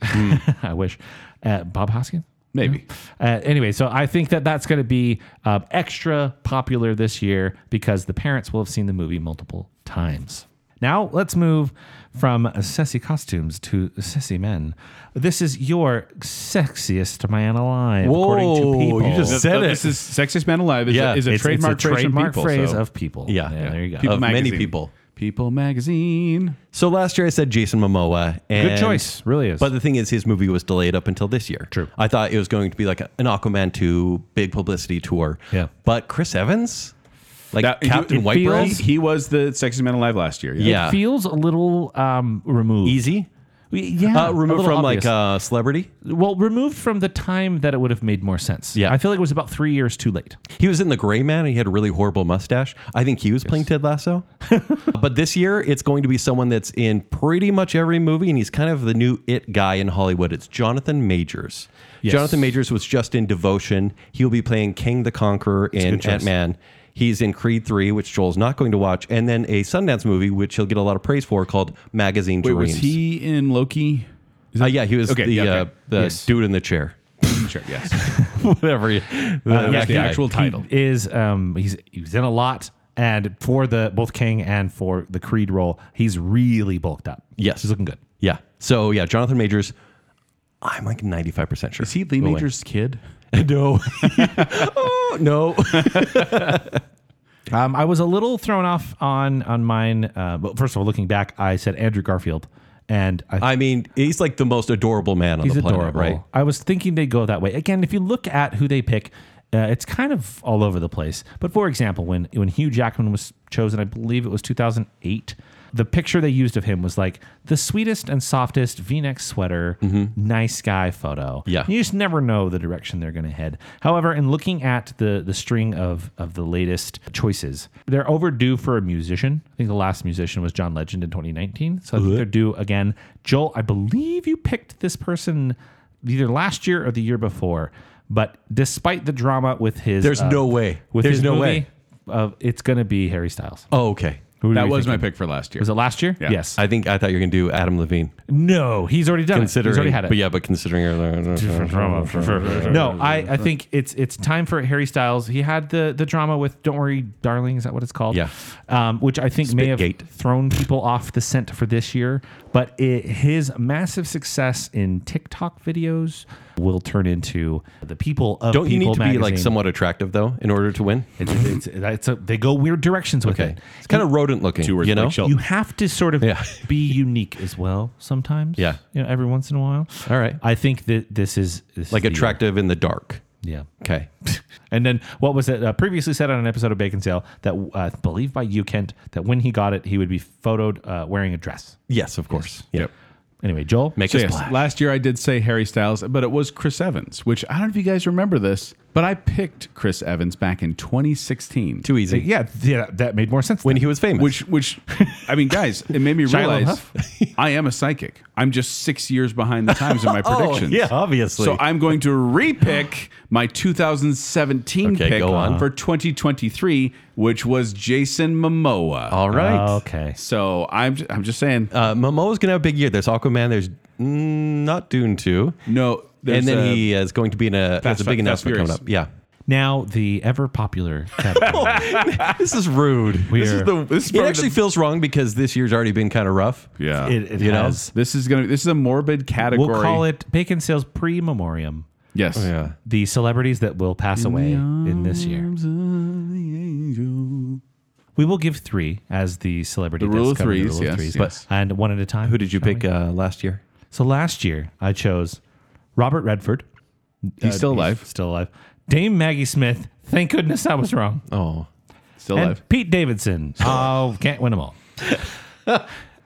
S4: I wish uh, Bob Hoskins.
S3: Maybe.
S4: Uh, anyway, so I think that that's going to be uh, extra popular this year because the parents will have seen the movie multiple times. Now let's move from sessy costumes to sessy men. This is your sexiest man alive, according to
S2: Whoa,
S4: people.
S2: you just said
S3: This
S2: it.
S3: is sexiest man alive. Is
S2: Yeah,
S3: a, is a
S4: it's,
S3: trademark,
S4: it's a trademark
S3: phrase,
S4: phrase
S3: people, so-
S4: of people.
S2: Yeah.
S4: yeah, there you go.
S2: People-
S4: Of-
S2: Of many
S3: magazine.
S2: people.
S3: People magazine.
S2: So last year I said Jason Momoa. And,
S4: Good choice, really is.
S2: But the thing is, his movie was delayed up until this year.
S4: True.
S2: I thought it was going to be like a- an Aquaman 2 big publicity tour.
S4: Yeah.
S2: But Chris Evans, like
S3: That- it-
S2: Captain
S3: it
S2: White
S3: He,
S2: Bread,
S4: feels-
S3: he was the sexiest man alive last year.
S2: Yeah.
S4: It feels a little um, removed.
S2: easy.
S4: Yeah,
S2: uh,
S4: a
S2: removed
S4: little
S2: from
S4: obvious.
S2: like uh, celebrity.
S4: well, removed from the time that it would have made more sense.
S2: Yeah.
S4: I feel like it was about three years too late.
S2: He was in The Gray Man. And he had a really horrible mustache. I think he was playing Ted Lasso. but this year, it's going to be someone that's in pretty much every movie, and he's kind of the new it guy in Hollywood. It's Jonathan Majors. Jonathan Majors was just in Devotion. He'll be playing King the Conqueror in Ant Man. He's in Creed 3, which Joel's not going to watch, and then a Sundance movie, which he'll get a lot of praise for, called Magazine
S3: Wait,
S2: Dreams.
S3: was he in Loki?
S2: Uh, yeah, he was
S3: Okay,
S2: the,
S3: yeah, okay.
S2: Uh, the
S4: Yes.
S2: dude in the chair.
S3: sure, yes.
S2: Whatever. he- that
S3: the
S2: guy.
S3: actual title.
S4: He is um he's he's in a lot and for the both King and for the Creed role, he's really bulked up.
S2: Yes.
S4: He's looking good.
S2: Yeah. So yeah, Jonathan Majors. I'm like 95% sure.
S3: Is he Lee
S2: Will win.
S3: Major's kid?
S2: No. oh, no.
S4: Um, I was a little thrown off on on mine. Uh, but first of all, looking back, I said Andrew Garfield, and I
S2: I mean, he's like the most adorable man on
S4: He's
S2: the planet,
S4: adorable.
S2: right?
S4: I was thinking they'd go that way. Again, if you look at who they pick, uh, it's kind of all over the place. But for example, when when Hugh Jackman was chosen, I believe it was 2008. The picture they used of him was like the sweetest and softest V-neck sweater, nice guy photo.
S2: Mm-hmm. Yeah.
S4: you just never know the direction they're going to head. However, in looking at the the string of of the latest choices, they're overdue for a musician. I think the last musician was John Legend in 2019, so I think they're due again. Joel, I believe you picked this person either last year or the year before, but despite the drama with his,
S2: There's
S4: uh,
S2: no way.
S4: With
S2: There's
S4: his
S2: no
S4: movie,
S2: way.
S4: uh, it's going to be Harry Styles.
S2: Oh, okay.
S4: Who do
S3: That
S4: we
S3: was
S4: think?
S3: my pick for last year.
S4: Was it last year?
S3: Yeah.
S4: Yes.
S2: I think I thought you were going to do Adam Levine.
S4: no, he's already done it.
S2: Considering,
S4: He's already had it.
S2: But yeah, but considering.
S4: no, I, I think it's it's time for Harry Styles. He had the the drama with "Don't Worry, Darling." Is that what it's called?
S2: Yeah.
S4: um, which I think may have
S2: Spitgate.
S4: thrown people off the scent for this year. But it, his massive success in TikTok videos will turn into the people of
S2: Don't you need
S4: People
S2: to be like
S4: magazine.
S2: somewhat attractive, though, in order to win?
S4: It's, it's, it's a, they go weird directions with
S2: Okay.
S4: it.
S2: It's kind of rodent looking.
S3: Two words
S2: You know?
S3: like Sheldon.
S4: You have to sort of
S2: Yeah.
S4: be unique as well sometimes.
S2: Yeah.
S4: you know, every once in a while.
S2: All right.
S4: I think that this is this
S2: Like
S4: is the-
S2: attractive in the dark.
S4: Yeah.
S2: Okay.
S4: And then what was it uh, previously said on an episode of Bacon Sale that uh, I believe by you Kent that when he got it he would be photoed uh, wearing a dress.
S2: Yes, of course. Yeah.
S3: Yep.
S4: Anyway, Joel,
S2: Make
S3: So
S2: a
S3: yes,
S2: splash.
S3: last year I did say Harry Styles, but it was Chris Evans, which I don't know if you guys remember this, but I picked Chris Evans back in 2016.
S2: Too easy.
S4: yeah, yeah, that made more sense.
S2: When
S4: then.
S2: he was famous.
S3: Which, which, I mean, guys, it made me
S4: Shia
S3: realize I am a psychic. I'm just six years behind the times in my predictions.
S2: Oh, yeah, obviously.
S3: So I'm going to repick my 2017
S2: Okay,
S3: pick
S2: go on.
S3: for 2023, which was Jason Momoa.
S2: All right.
S4: okay,
S3: So I'm, j- I'm just saying,
S2: Uh, Momoa's going to have a big year. There's Aquaman. There's mm, not Dune 2.
S3: no. there's
S2: and then
S3: a-
S2: he is going to be in a, has
S3: Fast-
S2: a big
S3: uh, Fast
S2: announcement coming
S3: Furious.
S2: up. Yeah.
S4: Now the ever popular category.
S2: This is rude.
S4: We
S3: This
S4: are-
S3: is the. This is
S2: it
S3: probably
S2: actually
S3: the,
S2: feels wrong because this year's already been kind of rough.
S3: yeah.
S4: it, it
S2: You know?
S4: has-
S3: this is gonna. This is a morbid category.
S4: We'll call it Oh, Bacon Sales Pre Memoriam.
S3: Yes.
S2: Yeah.
S4: The celebrities that will pass away in this year. We will give three as the celebrity.
S3: The rule
S4: that's
S3: of
S4: covering the
S3: threes,
S4: rule of
S3: yes,
S4: threes,
S3: yes.
S4: But, and one at a time.
S2: Who did you
S4: shall we?
S2: pick uh, last year?
S4: So last year I chose Robert Redford.
S3: He's still alive.
S4: Still alive. Dame Maggie Smith. Thank goodness I was wrong.
S2: Oh,
S3: Still alive.
S4: And Pete Davidson. Oh, can't win them all.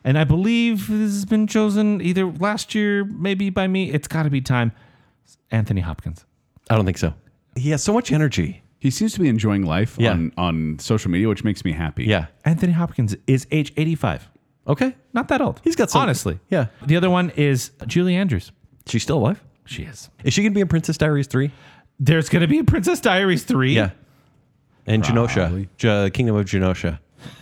S4: and I believe this has been chosen either last year, maybe by me. It's got to be time. Anthony Hopkins.
S2: I don't think so. He has so much energy.
S3: He seems to be enjoying life
S2: Yeah.
S3: on on social media, which makes me happy.
S2: Yeah.
S4: Anthony Hopkins is age 85.
S2: Okay.
S4: Not that old.
S2: He's got some-
S4: Honestly.
S2: Yeah.
S4: The other one is Julie Andrews.
S2: She's still alive.
S4: She is.
S2: Is she going to be in Princess Diaries three?
S4: There's going to be a Princess Diaries 3.
S2: Yeah. And
S3: Probably.
S2: Genosha, J- Kingdom of Genosha.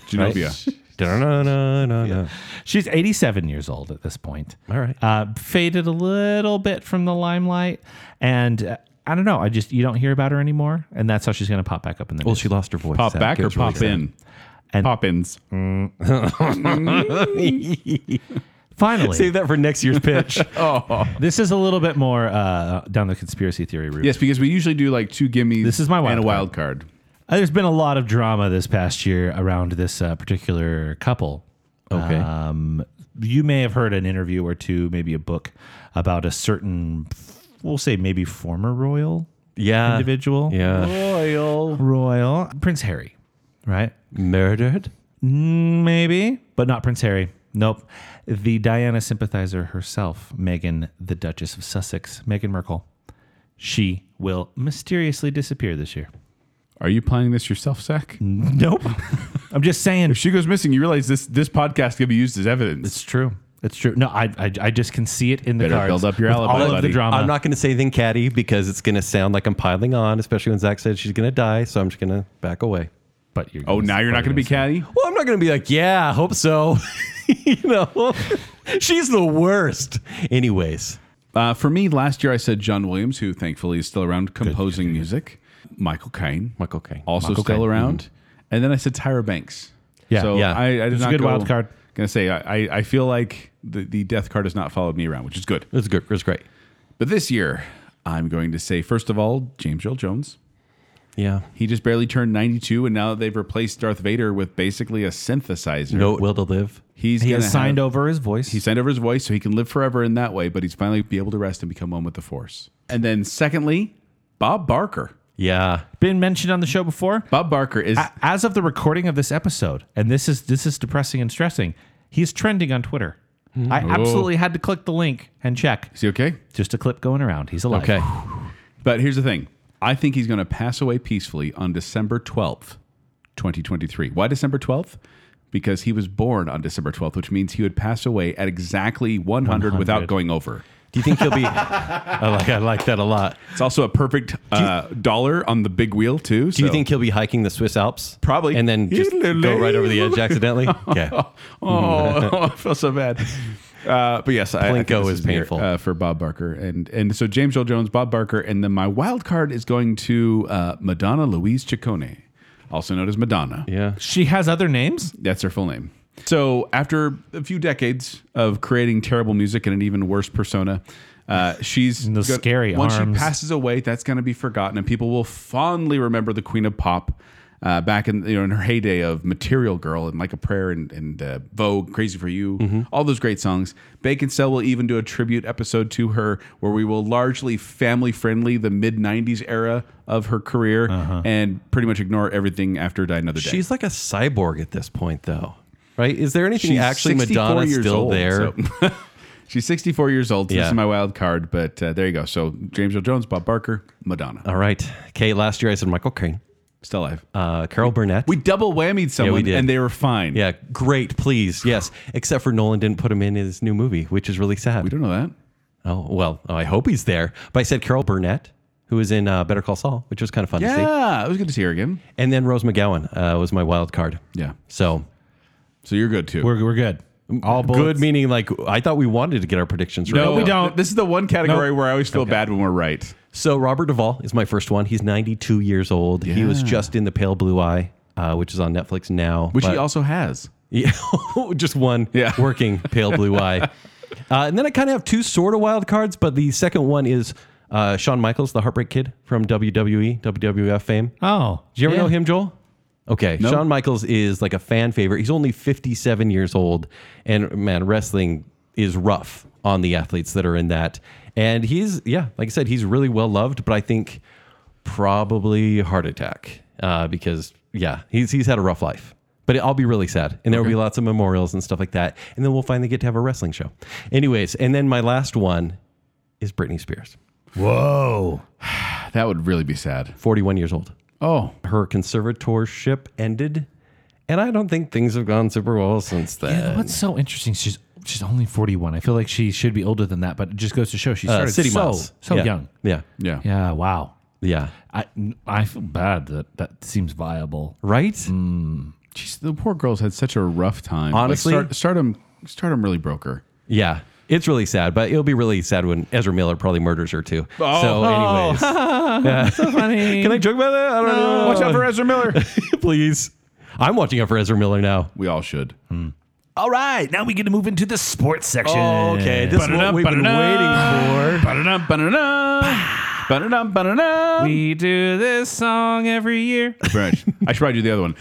S3: Genovia.
S2: Da-na-na-na-na-na.
S4: She's 87 years old at this point.
S2: All right.
S4: Uh, faded a little bit from the limelight. And uh, I don't know. I just, you don't hear about her anymore. And that's how she's going to pop back up in the
S2: Well,
S4: news.
S2: she lost her voice.
S3: Pop
S2: That
S3: back or
S2: gets really
S3: pop
S2: sad.
S3: in?
S4: And-
S3: pop ins.
S4: Finally,
S2: Save that for next year's pitch.
S4: Oh. this is a little bit more uh, down the conspiracy theory route.
S3: Yes, because we usually do like two gimmies.
S4: This is my wild
S3: and a wild card.
S4: Uh, there's been a lot of drama this past year around this uh, particular couple.
S2: Okay.
S4: Um, you may have heard an interview or two, maybe a book about a certain, we'll say maybe former royal
S2: yeah.
S4: individual.
S2: Uh, Yeah.
S3: Royal.
S4: Royal. Prince Harry, right?
S2: Murdered.
S4: Mm, Maybe, but not Prince Harry. Nope. The Diana sympathizer herself, Meghan, the Duchess of Sussex, Meghan Merkel, she will mysteriously disappear this year.
S3: Are you planning this yourself, Zach?
S4: Mm. Nope. I'm just saying.
S3: If she goes missing, you realize this this podcast can be used as evidence.
S4: It's true. It's true. No, I, I, I just can see it in the
S3: Better
S4: cards.
S3: build up your
S4: with
S3: alibi,
S4: All of
S3: buddy.
S4: the drama.
S2: I'm not going to say anything catty because it's going to sound like I'm piling on, especially when Zach said she's going to die. So I'm just going to back away.
S4: but you're
S3: Oh, now you're not going to be caddy.
S2: Well, I'm not going to be like, yeah, I hope so. you know, she's the worst. Anyways,
S3: Uh, for me, last year I said John Williams, who thankfully is still around composing music. Michael Caine,
S2: Michael Caine.
S3: also
S4: Michael
S3: still
S4: Caine,
S3: around. And then I said Tyra Banks.
S4: Yeah.
S3: so
S2: Yeah.
S3: I, I did
S4: It's a
S3: not
S4: good
S3: go-
S4: wild card.
S3: Gonna say I, I- I feel like the, the death card has not followed me around, which is good.
S2: it was good. It was great.
S3: But this year, I'm going to say first of all James Earl Jones.
S2: Yeah.
S3: He just barely turned 92, and now they've replaced Darth Vader with basically a synthesizer.
S2: No will to live.
S3: he's
S4: He
S3: gonna
S4: has signed
S3: have-
S4: over his voice.
S3: He signed over his voice, so he can live forever in that way. But he's finally be able to rest and become one with the Force. And then, secondly, Bob Barker.
S2: Yeah.
S4: been mentioned on the show before.
S3: Bob Barker is
S4: A- as of the recording of this episode, and this is this is depressing and stressing. He's trending on Twitter. I absolutely had to click the link and check.
S3: is he okay?
S4: Just a clip going around. He's alive.
S2: Okay.
S3: But here's the thing: I think he's going to pass away peacefully on December 12th, 2023. Why December 12th? Because he was born on December 12th, which means he would pass away at exactly 100. without
S4: 100.
S3: going over.
S2: Do you think he'll be? I like. I like that a lot.
S3: It's also a perfect uh, dollar on the big wheel too.
S2: Do you think he'll be hiking the Swiss Alps?
S3: Probably.
S2: And then just go right over the edge accidentally? Yeah.
S3: Oh, I feel so bad. Uh, but yes, I, I think
S2: Plinko
S3: this
S2: is
S3: the year,
S2: painful.
S3: uh, for Bob Barker, and and so James Earl Jones, Bob Barker, and then my wild card is going to uh, Madonna Louise Ciccone, also known as Madonna.
S2: Yeah.
S4: She has other names.
S3: That's her full name. So after a few decades of creating terrible music and an even worse persona, uh, she's
S4: And those scary
S3: Once
S4: arms.
S3: she passes away, that's going to be forgotten, and people will fondly remember the Queen of Pop. Uh, back in you know in her heyday of Material Girl and Like a Prayer and and uh, Vogue, Crazy for You,
S4: Mm-hmm.
S3: all those great songs. Bacon Cell will even do a tribute episode to her, where we will largely family friendly the mid '90s era of her career,
S4: Uh-huh.
S3: and pretty much ignore everything after Die Another Day.
S2: She's like a cyborg at this point, though. Right? Is there anything
S3: She's
S2: actually
S3: 64
S2: Madonna
S3: years
S2: still
S3: old,
S2: there?
S3: so- She's 64 years old. So This
S2: Yeah.
S3: is my wild card, but uh, there you go. So James Earl Jones, Bob Barker, Madonna,
S2: All right. Okay. Last year I said Michael Caine,
S3: still alive.
S2: uh, Carol Burnett.
S3: we double whammied someone,
S2: did.
S3: and they were fine.
S2: yeah. Great. Please. Yes. Except for Nolan didn't put him in his new movie, which is really sad.
S3: we don't know that.
S2: Oh well. Oh, I hope he's there. But I said Carol Burnett, who was in uh, Better Call Saul, which was kind of fun to see.
S3: Yeah, it was good to see her again.
S2: And then Rose McGowan uh, was my wild card.
S3: Yeah,
S2: So
S3: so you're good too.
S4: We're, we're good. All
S2: good,
S4: bullets.
S2: meaning like I thought we wanted to get our predictions right.
S4: No, we don't.
S3: This is the one category
S4: Nope.
S3: where I always feel bad when we're right.
S2: So Robert Duvall is my first one. He's 92 years old. He was just in The Pale Blue Eye, uh, which is on Netflix now.
S3: which
S2: but-
S3: he also has.
S2: Yeah, just one
S3: Yeah.
S2: working pale blue eye. Uh, and then I kind of have two sort of wild cards, but the second one is uh, Shawn Michaels, the Heartbreak Kid from E, WWE, WWF fame.
S4: Oh,
S2: Did you ever
S4: yeah.
S2: know him, Joel? Okay,
S3: No.
S2: Shawn Michaels is like a fan favorite. He's only 57 years old, and man, wrestling is rough on the athletes that are in that. And he's yeah, like I said, he's really well loved, but I think probably heart attack uh, because yeah, he's he's had a rough life. But I'll be really sad, and there will be lots of memorials and stuff like that, and then we'll finally get to have a wrestling show. Anyways, and then my last one is Britney Spears,
S4: Whoa.
S3: That would really be sad.
S2: 41 years old.
S3: Oh,
S2: her conservatorship ended, and I don't think things have gone super well since then.
S4: Yeah, what's so interesting? She's she's only forty one. I feel like she should be older than that, but it just goes to show she
S2: Uh,
S4: started
S2: City
S4: so
S2: Moms.
S4: so
S2: Yeah.
S4: young.
S2: Yeah,
S3: yeah.
S4: Yeah. Wow.
S2: yeah,
S4: I I feel bad that that seems viable.
S2: right.
S3: Jeez, the poor girl's had such a rough time.
S2: Honestly-
S3: like, start, stardom, stardom really broke her.
S2: Yeah, it's really sad, but it'll be really sad when Ezra Miller probably murders her too. so, anyways,
S4: So funny.
S2: can I joke about that? I don't know.
S4: Watch out for Ezra Miller.
S2: please. I'm watching out for Ezra Miller now.
S3: We all should.
S4: All right, now we get to move into the sports section.
S2: this is what we've been waiting for.
S3: Ba-da-dum, ba-da-dum. Ba-da-dum, ba-da-dum.
S4: We do this song every year.
S3: Right. I should probably do the other one.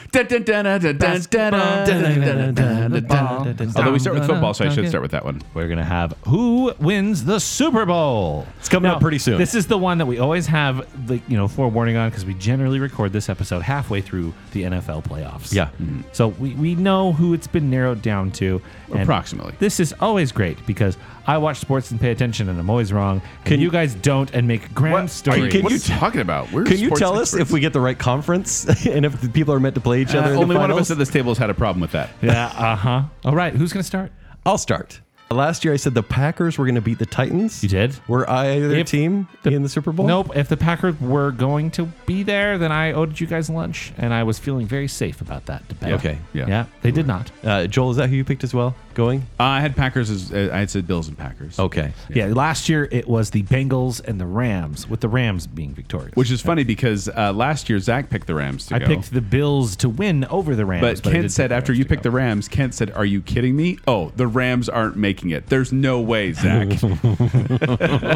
S3: Although we start with football, so I should start with that one.
S4: We're gonna have who wins the Super Bowl. It's
S2: coming up pretty soon.
S4: This is the one that we always have, like you know, forewarning on because we generally record this episode halfway through the NFL playoffs. Mm-hmm.
S2: Yeah.
S4: so we, we know who it's been narrowed down to and
S3: Approximately.
S4: This is always great because I watch sports and pay attention, and I'm always wrong. Can you guys don't and make grand
S3: Are you-
S4: stories?
S2: Can
S3: what are
S2: you
S3: you talking about? We're
S2: Can you
S3: sports
S2: tell us if
S3: experts.
S2: we get the right conference and if the people are meant to play each other? in
S3: Uh,
S2: the
S3: only one of
S2: finals?
S3: us at this table has had a problem with that.
S4: yeah. Uh huh. All right. Who's gonna start?
S2: I'll start. Last year, I said the Packers were going to beat the Titans.
S4: You did?
S2: Were I either
S4: If
S2: team in the Super Bowl?
S4: Nope. If the Packers were going to be there, then I owed you guys lunch, and I was feeling very safe about that debate.
S2: Yeah. Okay.
S4: Yeah,
S3: Yeah.
S4: they did not.
S2: Uh, Joel, is that who you picked as well? Going?
S3: I had Packers as uh, I had said Bills and Packers.
S2: Okay.
S4: Yeah. last year it was the Bengals and the Rams, with the Rams being victorious.
S3: Which is funny because uh, last year Zach picked the Rams to
S4: I
S3: go.
S4: picked the Bills to win over the Rams.
S3: but
S4: I
S3: Kent
S4: did
S3: said
S4: pick
S3: after
S4: Rams
S3: you
S4: to
S3: picked
S4: go.
S3: the Rams, Kent said, "Are you kidding me? Oh, the Rams aren't making it. There's no way, Zach."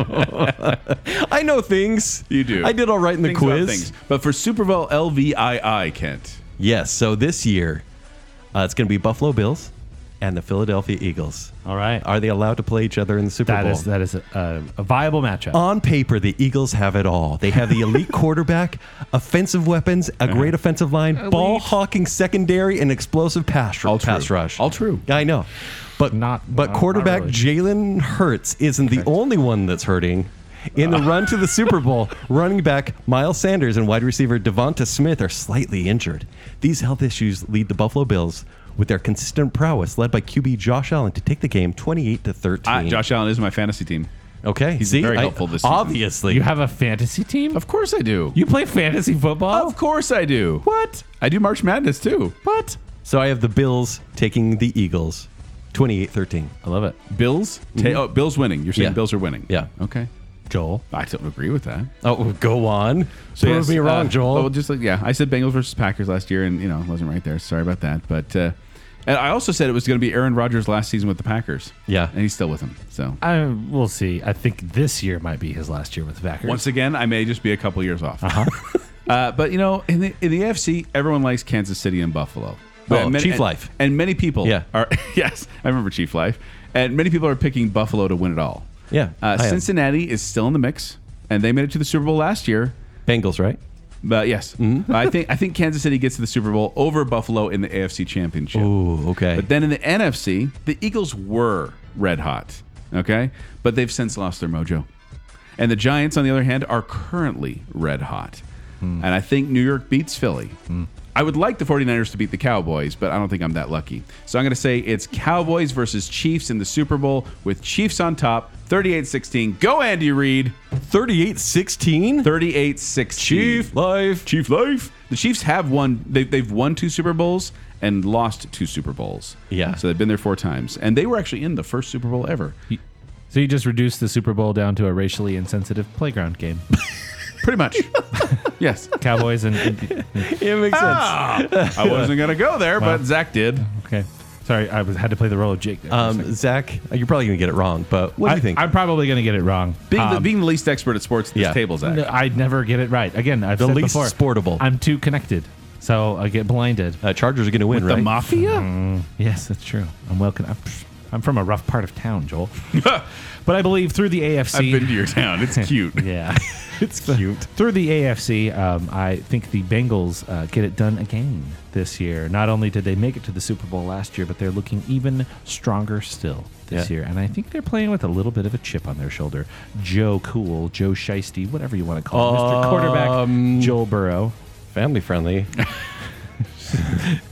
S2: I know things.
S3: you do.
S2: I did all right in the
S3: Things about
S2: quiz.
S3: things. But for Super Bowl LVII, Kent.
S2: Yes. So this year, uh, it's going to be Buffalo Bills and the Philadelphia Eagles.
S4: All right.
S2: Are they allowed to play each other in the Super
S4: That
S2: Bowl?
S4: is that is a, a viable matchup.
S2: on paper, the Eagles have it all. They have the elite quarterback, offensive weapons, a great
S3: Uh-huh.
S2: offensive line, ball hawking secondary, and explosive pass,
S3: All true.
S2: pass rush.
S3: All true.
S2: I know, but
S4: Not-
S2: But
S4: not- not
S2: quarterback
S4: really.
S2: Jalen Hurts isn't the only one that's hurting. In
S3: Uh.
S2: the run to the Super Bowl, running back Miles Sanders and wide receiver Devonta Smith are slightly injured. These health issues lead the Buffalo Bills, with their consistent prowess, led by QB Josh Allen, to take the game 28 to 13.
S3: I, Josh Allen is my fantasy team.
S2: okay,
S3: he's
S2: see,
S3: very
S2: I-
S3: helpful this season.
S2: Obviously,
S4: you have a fantasy team?
S3: Of course I do.
S4: You play fantasy football?
S3: Of course I do.
S4: What?
S3: I do March Madness too.
S4: What?
S2: So I have the Bills taking the Eagles 28 13.
S4: I love it.
S3: Bills? Ta- oh, Bills winning. You're saying
S2: Mm-hmm. Yeah.
S3: Bills are winning.
S2: Yeah.
S3: Okay.
S4: Joel.
S3: I don't agree with that.
S2: Oh, go on.
S3: So
S2: Prove
S3: yes,
S2: me wrong,
S3: uh,
S2: Joel.
S3: Well, just like yeah, I said Bengals versus Packers last year, and you know wasn't right there. Sorry about that. But uh, and I also said it was going to be Aaron Rodgers last season with the Packers.
S2: Yeah.
S3: and he's still with them. So
S4: I we'll see. I think this year might be his last year with the Packers.
S3: once again, I may just be a couple years off. Uh-huh. but you know, in the in the AFC, everyone likes Kansas City and Buffalo. But
S2: Oh,
S3: many-
S2: Chief
S3: and-
S2: life.
S3: and many people
S2: Yeah.
S3: are yes, I remember Chief Life, and many people are picking Buffalo to win it all.
S2: Yeah,
S3: uh,
S2: I am.
S3: Cincinnati is still in the mix, and they made it to the Super Bowl last year.
S2: Bengals, right?
S3: But yes,
S2: Mm-hmm.
S3: I think I think Kansas City gets to the Super Bowl over Buffalo in the AFC Championship.
S2: Ooh, okay.
S3: But then in the NFC, the Eagles were red hot. Okay, but they've since lost their mojo, and the Giants, on the other hand, are currently red hot. And I think New York beats Philly. I would like the 49ers to beat the Cowboys, but I don't think I'm that lucky. So I'm going to say it's Cowboys versus Chiefs in the Super Bowl with Chiefs on top, 38-16. Go Andy Reid,
S2: 38 16?
S3: 38-16.
S2: Chief life.
S3: Chief life. The Chiefs have won. They, they've won two Super Bowls and lost two Super Bowls.
S2: Yeah.
S3: So they've been there four times, and they were actually in the first Super Bowl ever.
S4: So you just reduced the Super Bowl down to a racially insensitive playground game.
S3: Pretty much. yes.
S4: Cowboys and, and-
S2: It makes sense.
S3: I wasn't going to go there, but Zach did.
S4: okay. Sorry, I was had to play the role of Jake. There for a second.
S2: Um, Zach, you're probably gonna get it wrong, but what do
S4: I,
S2: you think?
S4: I'm probably going to get it wrong.
S3: Being, the,
S4: Um,
S3: being the least expert at sports at this
S2: Yeah.
S3: table, Zach.
S4: no, I'd never get it right. Again, I've
S2: The
S4: said
S2: least
S4: before,
S2: sportable.
S4: I'm too connected, so I get blinded.
S2: uh, Chargers are gonna win, right? Mm-hmm.
S3: The mafia?
S4: Yes, that's true. I'm well. Con- I'm, I'm from a rough part of town, Joel. but I believe through the AFC.
S3: I've been to your town. It's cute.
S4: yeah, it's cute. Through the AFC, um, I think the Bengals uh, get it done again this year. Not only did they make it to the Super Bowl last year, but they're looking even stronger still this
S2: Yeah.
S4: year. And I think they're playing with a little bit of a chip on their shoulder. Joe Cool, Joe Shiesty, whatever you want to call him, Mr. Quarterback,
S2: Um,
S4: Joel Burrow.
S2: Family friendly.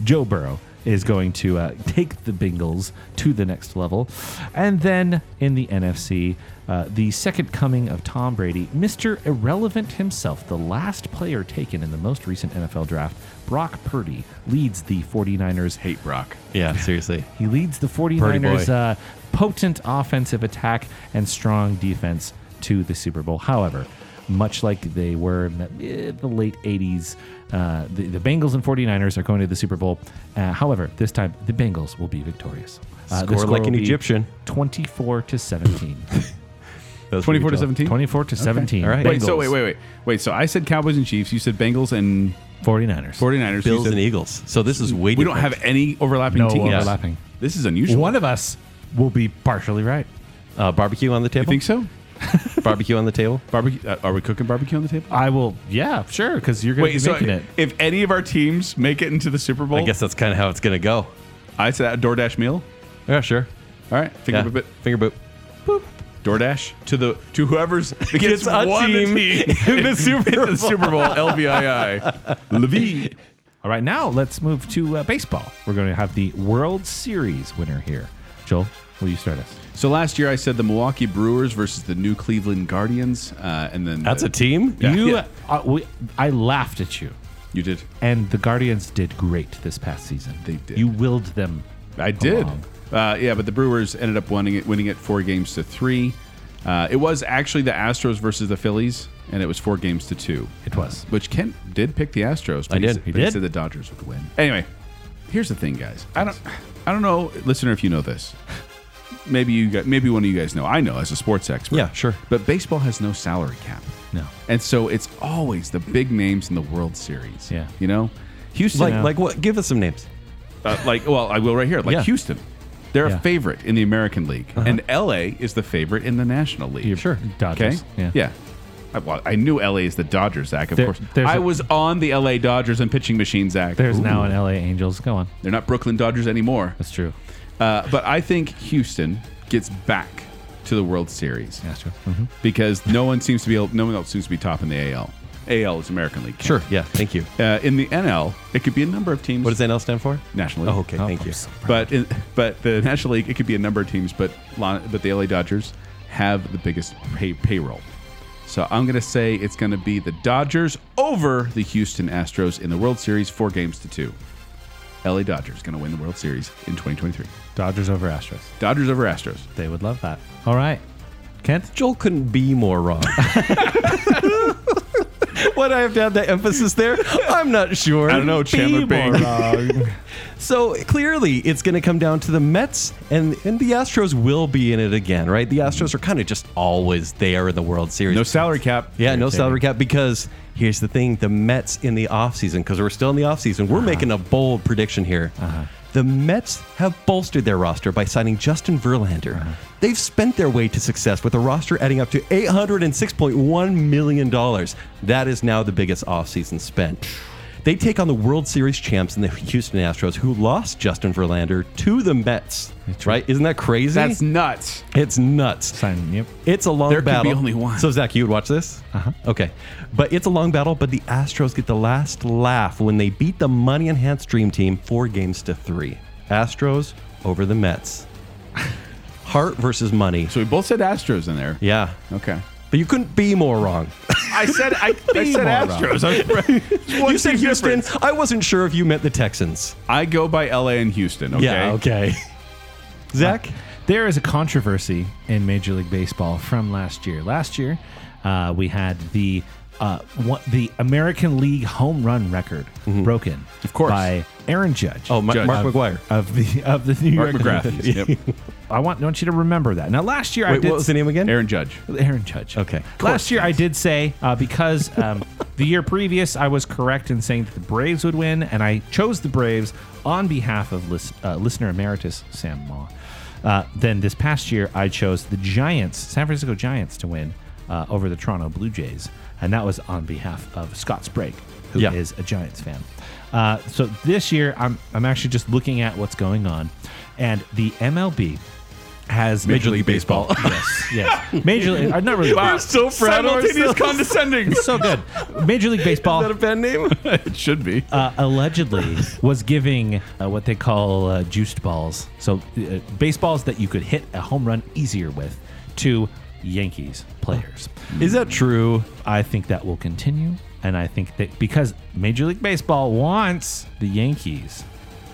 S4: Joe Burrow is going to uh, take the Bengals to the next level. And then in the NFC, uh, the second coming of Tom Brady, Mr. Irrelevant himself, the last player taken in the most recent NFL draft, Brock Purdy, leads the 49ers.
S3: Hate Brock.
S2: yeah, seriously.
S4: He leads the
S2: Purdy
S4: 49ers
S2: boy.
S4: uh, potent offensive attack and strong defense to the Super Bowl. However, much like they were in the, eh, the late 80s, uh, the, the Bengals and 49ers are going to the Super Bowl. Uh, however, this time the Bengals will be victorious. Uh, the
S2: Score like
S4: will
S2: an
S4: be
S2: Egyptian.
S4: 24 to 17.
S2: Those were
S3: 24 to
S2: your
S3: 17?
S4: 24 to 17.
S2: All right.
S3: Wait, so
S4: Bengals,
S3: wait, wait, wait. Wait, so I said Cowboys and Chiefs. You said Bengals and
S4: 49ers.
S3: 49ers. You
S2: Bills
S3: said-
S2: and Eagles. So this is way
S3: We don't
S2: different.
S3: have any overlapping
S4: No
S3: teams.
S4: overlapping.
S3: This is unusual.
S4: One of us will be partially right.
S2: uh, barbecue on the
S3: You
S2: table.
S3: think so?
S2: barbecue on the table.
S3: Barbecue? Uh, are we cooking barbecue on the table?
S4: I will, yeah, sure, because you're going to be
S3: Wait, so
S4: making it.
S3: if any of our teams make it into the Super Bowl,
S2: I guess that's kind of how it's gonna go.
S3: I say a DoorDash meal.
S2: Yeah, sure.
S3: All right, finger
S2: Yeah.
S3: yeah. bit
S2: Finger boop.
S3: DoorDash to the to whoever's gets
S2: a
S3: one
S2: team
S3: in the Super Bowl. the Super Bowl LVII. Levy.
S4: All right, now let's move to uh, baseball. We're going to have the World Series winner here. Joel, will you start us?
S3: So last year I said the Milwaukee Brewers versus the New Cleveland Guardians, uh, and then
S2: That's
S3: the-
S2: a team.
S3: Yeah.
S4: You,
S3: Yeah.
S4: Uh, we, I laughed at you,
S3: You did.
S4: and the Guardians did great this past season.
S3: They did.
S4: You willed them.
S3: I did.
S4: along.
S3: Uh, yeah, but the Brewers ended up winning it, winning it four games to three. Uh, it was actually the Astros versus the Phillies, and it was four games to two.
S4: It was.
S3: Which Kent did pick the Astros. But
S2: I
S3: he
S2: did.
S3: said-
S2: He
S3: but He
S4: did.
S3: said the Dodgers would win. Anyway, here's the thing, guys. I don't. I don't know, listener, if you know this. Maybe you. Got, maybe one of you guys know. I know as a sports expert.
S2: Yeah, sure.
S3: But baseball has no salary cap.
S4: No.
S3: And so it's always the big names in the World Series.
S4: Yeah.
S3: You know, Houston.
S2: Like like what? Give us some names.
S3: Uh, like, well, I will right here. Like
S2: Yeah. Uh-huh.
S3: Houston, they're
S4: Yeah.
S3: a favorite in the American League, and LA is the favorite in the National League.
S4: You're- Sure. Dodgers,
S3: Okay.
S4: yeah.
S3: I, well, I knew LA is the Dodgers, Zach. Of
S4: There-
S3: course,
S4: there's
S3: I
S4: a-
S3: was on the LA Dodgers and pitching machine, Zach.
S4: There's now
S3: Ooh.
S4: an LA Angels. Go on.
S3: They're not Brooklyn Dodgers anymore.
S4: That's true.
S3: Uh, but I think Houston gets back to the World Series
S4: That's true.
S3: Mm-hmm. because no one seems to be able, no one else seems to be topping the AL. AL is American League.
S2: Sure. Yeah. Thank you.
S3: Uh, in the NL, it could be a number of teams.
S2: What does NL stand for?
S3: National League.
S2: Oh, okay. thank you.
S3: But in, but the National League, it could be a number of teams, but Lon- but the LA Dodgers have the biggest pay, payroll. So I'm going to say it's going to be the Dodgers over the Houston Astros in the World Series, four games to two. LA Dodgers going to win the World Series in 2023.
S4: Dodgers over Astros.
S3: Dodgers over Astros.
S4: They would love that. All right. Kent?
S2: Joel couldn't be more wrong. what I have to have that emphasis there? I'm not sure.
S3: I don't know, Chandler
S2: Be more
S3: Bing.
S2: wrong. so clearly, it's going to come down to the Mets, and and the Astros will be in it again, right? The Astros are kind of just always there in the World Series.
S3: No salary cap.
S2: Yeah, no
S4: Irritating.
S2: salary cap because here's the thing the Mets in the offseason, because we're still in the offseason, we're making a bold prediction here. The Mets have bolstered their roster by signing Justin Verlander. They've spent their way to success with a roster adding up to $806.1 million. That is now the biggest offseason spent. They take on the World Series champs in the Houston Astros, who lost Justin Verlander to the Mets. Right? Isn't that crazy?
S3: That's nuts.
S2: it's nuts.
S4: Sign. Yep.
S2: It's a long
S3: There could be
S2: battle.
S3: only one.
S2: So Zach, you would watch this? Uh-huh. Okay. But it's a long battle, but the Astros get the last laugh when they beat the money enhanced dream team four games to three. Astros over the Mets. Heart versus money.
S3: So we both said Astros in there.
S2: Yeah.
S3: Okay.
S2: But you couldn't be more wrong.
S3: I said I, I said Astros. I, was-
S2: you said
S3: What's the
S2: Houston.
S3: difference?
S2: I wasn't sure if you meant the Texans.
S3: I go by LA and Houston. Okay.
S2: Yeah, okay. Zach?
S4: There is a controversy in Major League Baseball from last year. Last year, uh, we had the uh, one, the American League home run record broken, of
S3: course.
S4: by Aaron Judge.
S2: Mm-hmm. Oh, Ma-
S3: Judge.
S2: Mark McGuire.
S4: of the of the New
S3: Mark
S4: York
S3: McGrath. Yep.
S4: I want I want you to remember that. Now, last year I
S2: Wait,
S4: did
S2: what was the name again?
S3: Aaron Judge.
S4: Aaron Judge.
S2: Okay. Of
S4: Last year, I did say uh, because um, the year previous, I was correct in saying that the Braves would win, and I chose the Braves on behalf of lis- uh, listener emeritus Sam Ma. Uh, then this past year, I chose the Giants, San Francisco Giants, to win uh, over the Toronto Blue Jays, and that was on behalf of Scott Sprague, who is
S2: Yeah.
S4: a Giants fan. Uh, so this year, I'm I'm actually just looking at what's going on, and the MLB has
S3: Major League Baseball.
S4: yes, yes. Major League, uh, not really.
S2: We're so proud of
S3: Simultaneous
S2: ourselves.
S3: condescending.
S4: so good. Major League
S2: Is that a
S4: Baseball
S2: bad name?
S3: it should be.
S4: uh, allegedly was giving uh, what they call uh, juiced balls, so uh, baseballs that you could hit a home run easier with, to Yankees players.
S2: Is that true?
S4: I think that will continue, and I think that because Major League Baseball wants the Yankees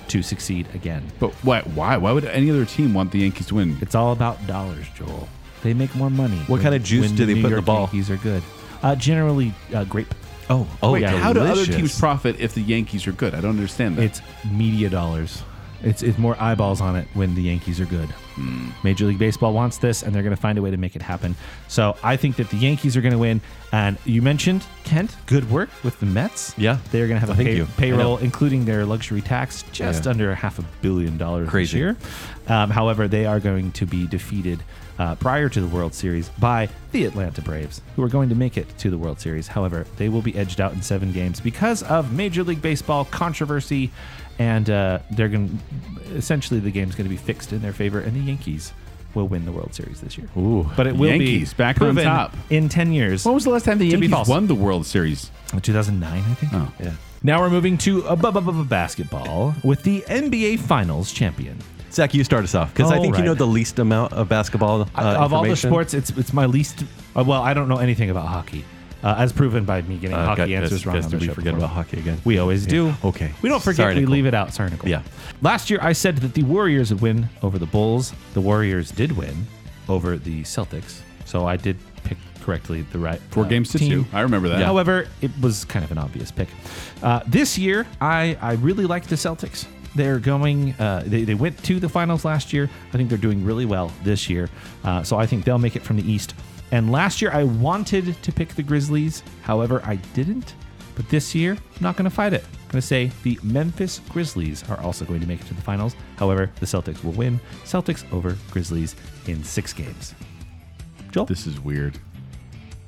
S4: to succeed again.
S3: But why? Why? Why would any other team want the Yankees to win?
S4: It's all about dollars, Joel. They make more money.
S2: What kind of juice
S4: when
S2: do they
S4: New
S2: put in the
S4: York
S2: ball?
S4: Yankees are good. Uh, generally, uh, grape.
S2: Oh, oh,
S3: Wait,
S4: yeah.
S3: how do other
S2: delicious.
S3: teams profit if the Yankees are good? I don't understand that.
S4: It's media dollars. It's it's more eyeballs on it when the Yankees are good.
S2: Hmm.
S4: Major League Baseball wants this, and they're going to find a way to make it happen. So I think that the Yankees are going to win. And you mentioned Kent, good work with the Mets.
S2: Yeah.
S4: they're going to have a
S2: Thank
S4: pay-
S2: you.
S4: payroll, including their luxury tax, just
S2: Yeah.
S4: under half a billion dollars this
S2: Crazy.
S4: year. Um, however, they are going to be defeated uh, prior to the World Series by the Atlanta Braves, who are going to make it to the World Series. However, they will be edged out in seven games because of Major League Baseball controversy, and uh, they're going essentially the game's going to be fixed in their favor, and the Yankees will win the World Series this year.
S3: Ooh.
S4: but it will
S3: Yankees
S4: be
S3: back on
S4: proven
S3: top.
S4: in ten years.
S3: when was the last time the
S4: To be
S3: Yankees
S4: false.
S3: won the World Series?
S4: 2009, I think.
S3: Oh.
S2: Yeah.
S4: Now we're moving to uh, bu- bu- bu- bu- basketball with the NBA Finals champion.
S2: Zach, you start us off because I
S4: All
S2: think
S4: right.
S2: you know the least amount of basketball uh,
S4: of all the
S2: information.
S4: sports, it's it's my least. Uh, well, I don't know anything about hockey, uh, as proven by me getting
S2: Uh,
S4: hockey
S2: God,
S4: answers
S2: yes,
S4: wrong.
S2: yes,
S4: on
S2: did
S4: the
S2: we
S4: show
S2: forget
S4: before.
S2: about hockey again?
S4: We always do.
S2: Okay.
S4: We don't forget.
S2: Sorry,
S4: we
S2: Nicole.
S4: leave it out. Sorry, Nicole.
S2: Yeah.
S4: Last year, I said that the Warriors would win over the Bulls. The Warriors did win over the Celtics, so I did pick correctly the right uh,
S3: Four games to
S4: team.
S3: two. I remember that.
S4: However, it was kind of an obvious pick. Uh, this year, I, I really like the Celtics. They're going, uh, they, they went to the finals last year. I think they're doing really well this year. Uh, so I think they'll make it from the East. And last year, I wanted to pick the Grizzlies. However, I didn't. But this year, I'm not going to fight it. I'm going to say the Memphis Grizzlies are also going to make it to the finals. However, the Celtics will win. Celtics over Grizzlies in six games. Joel?
S3: This is weird.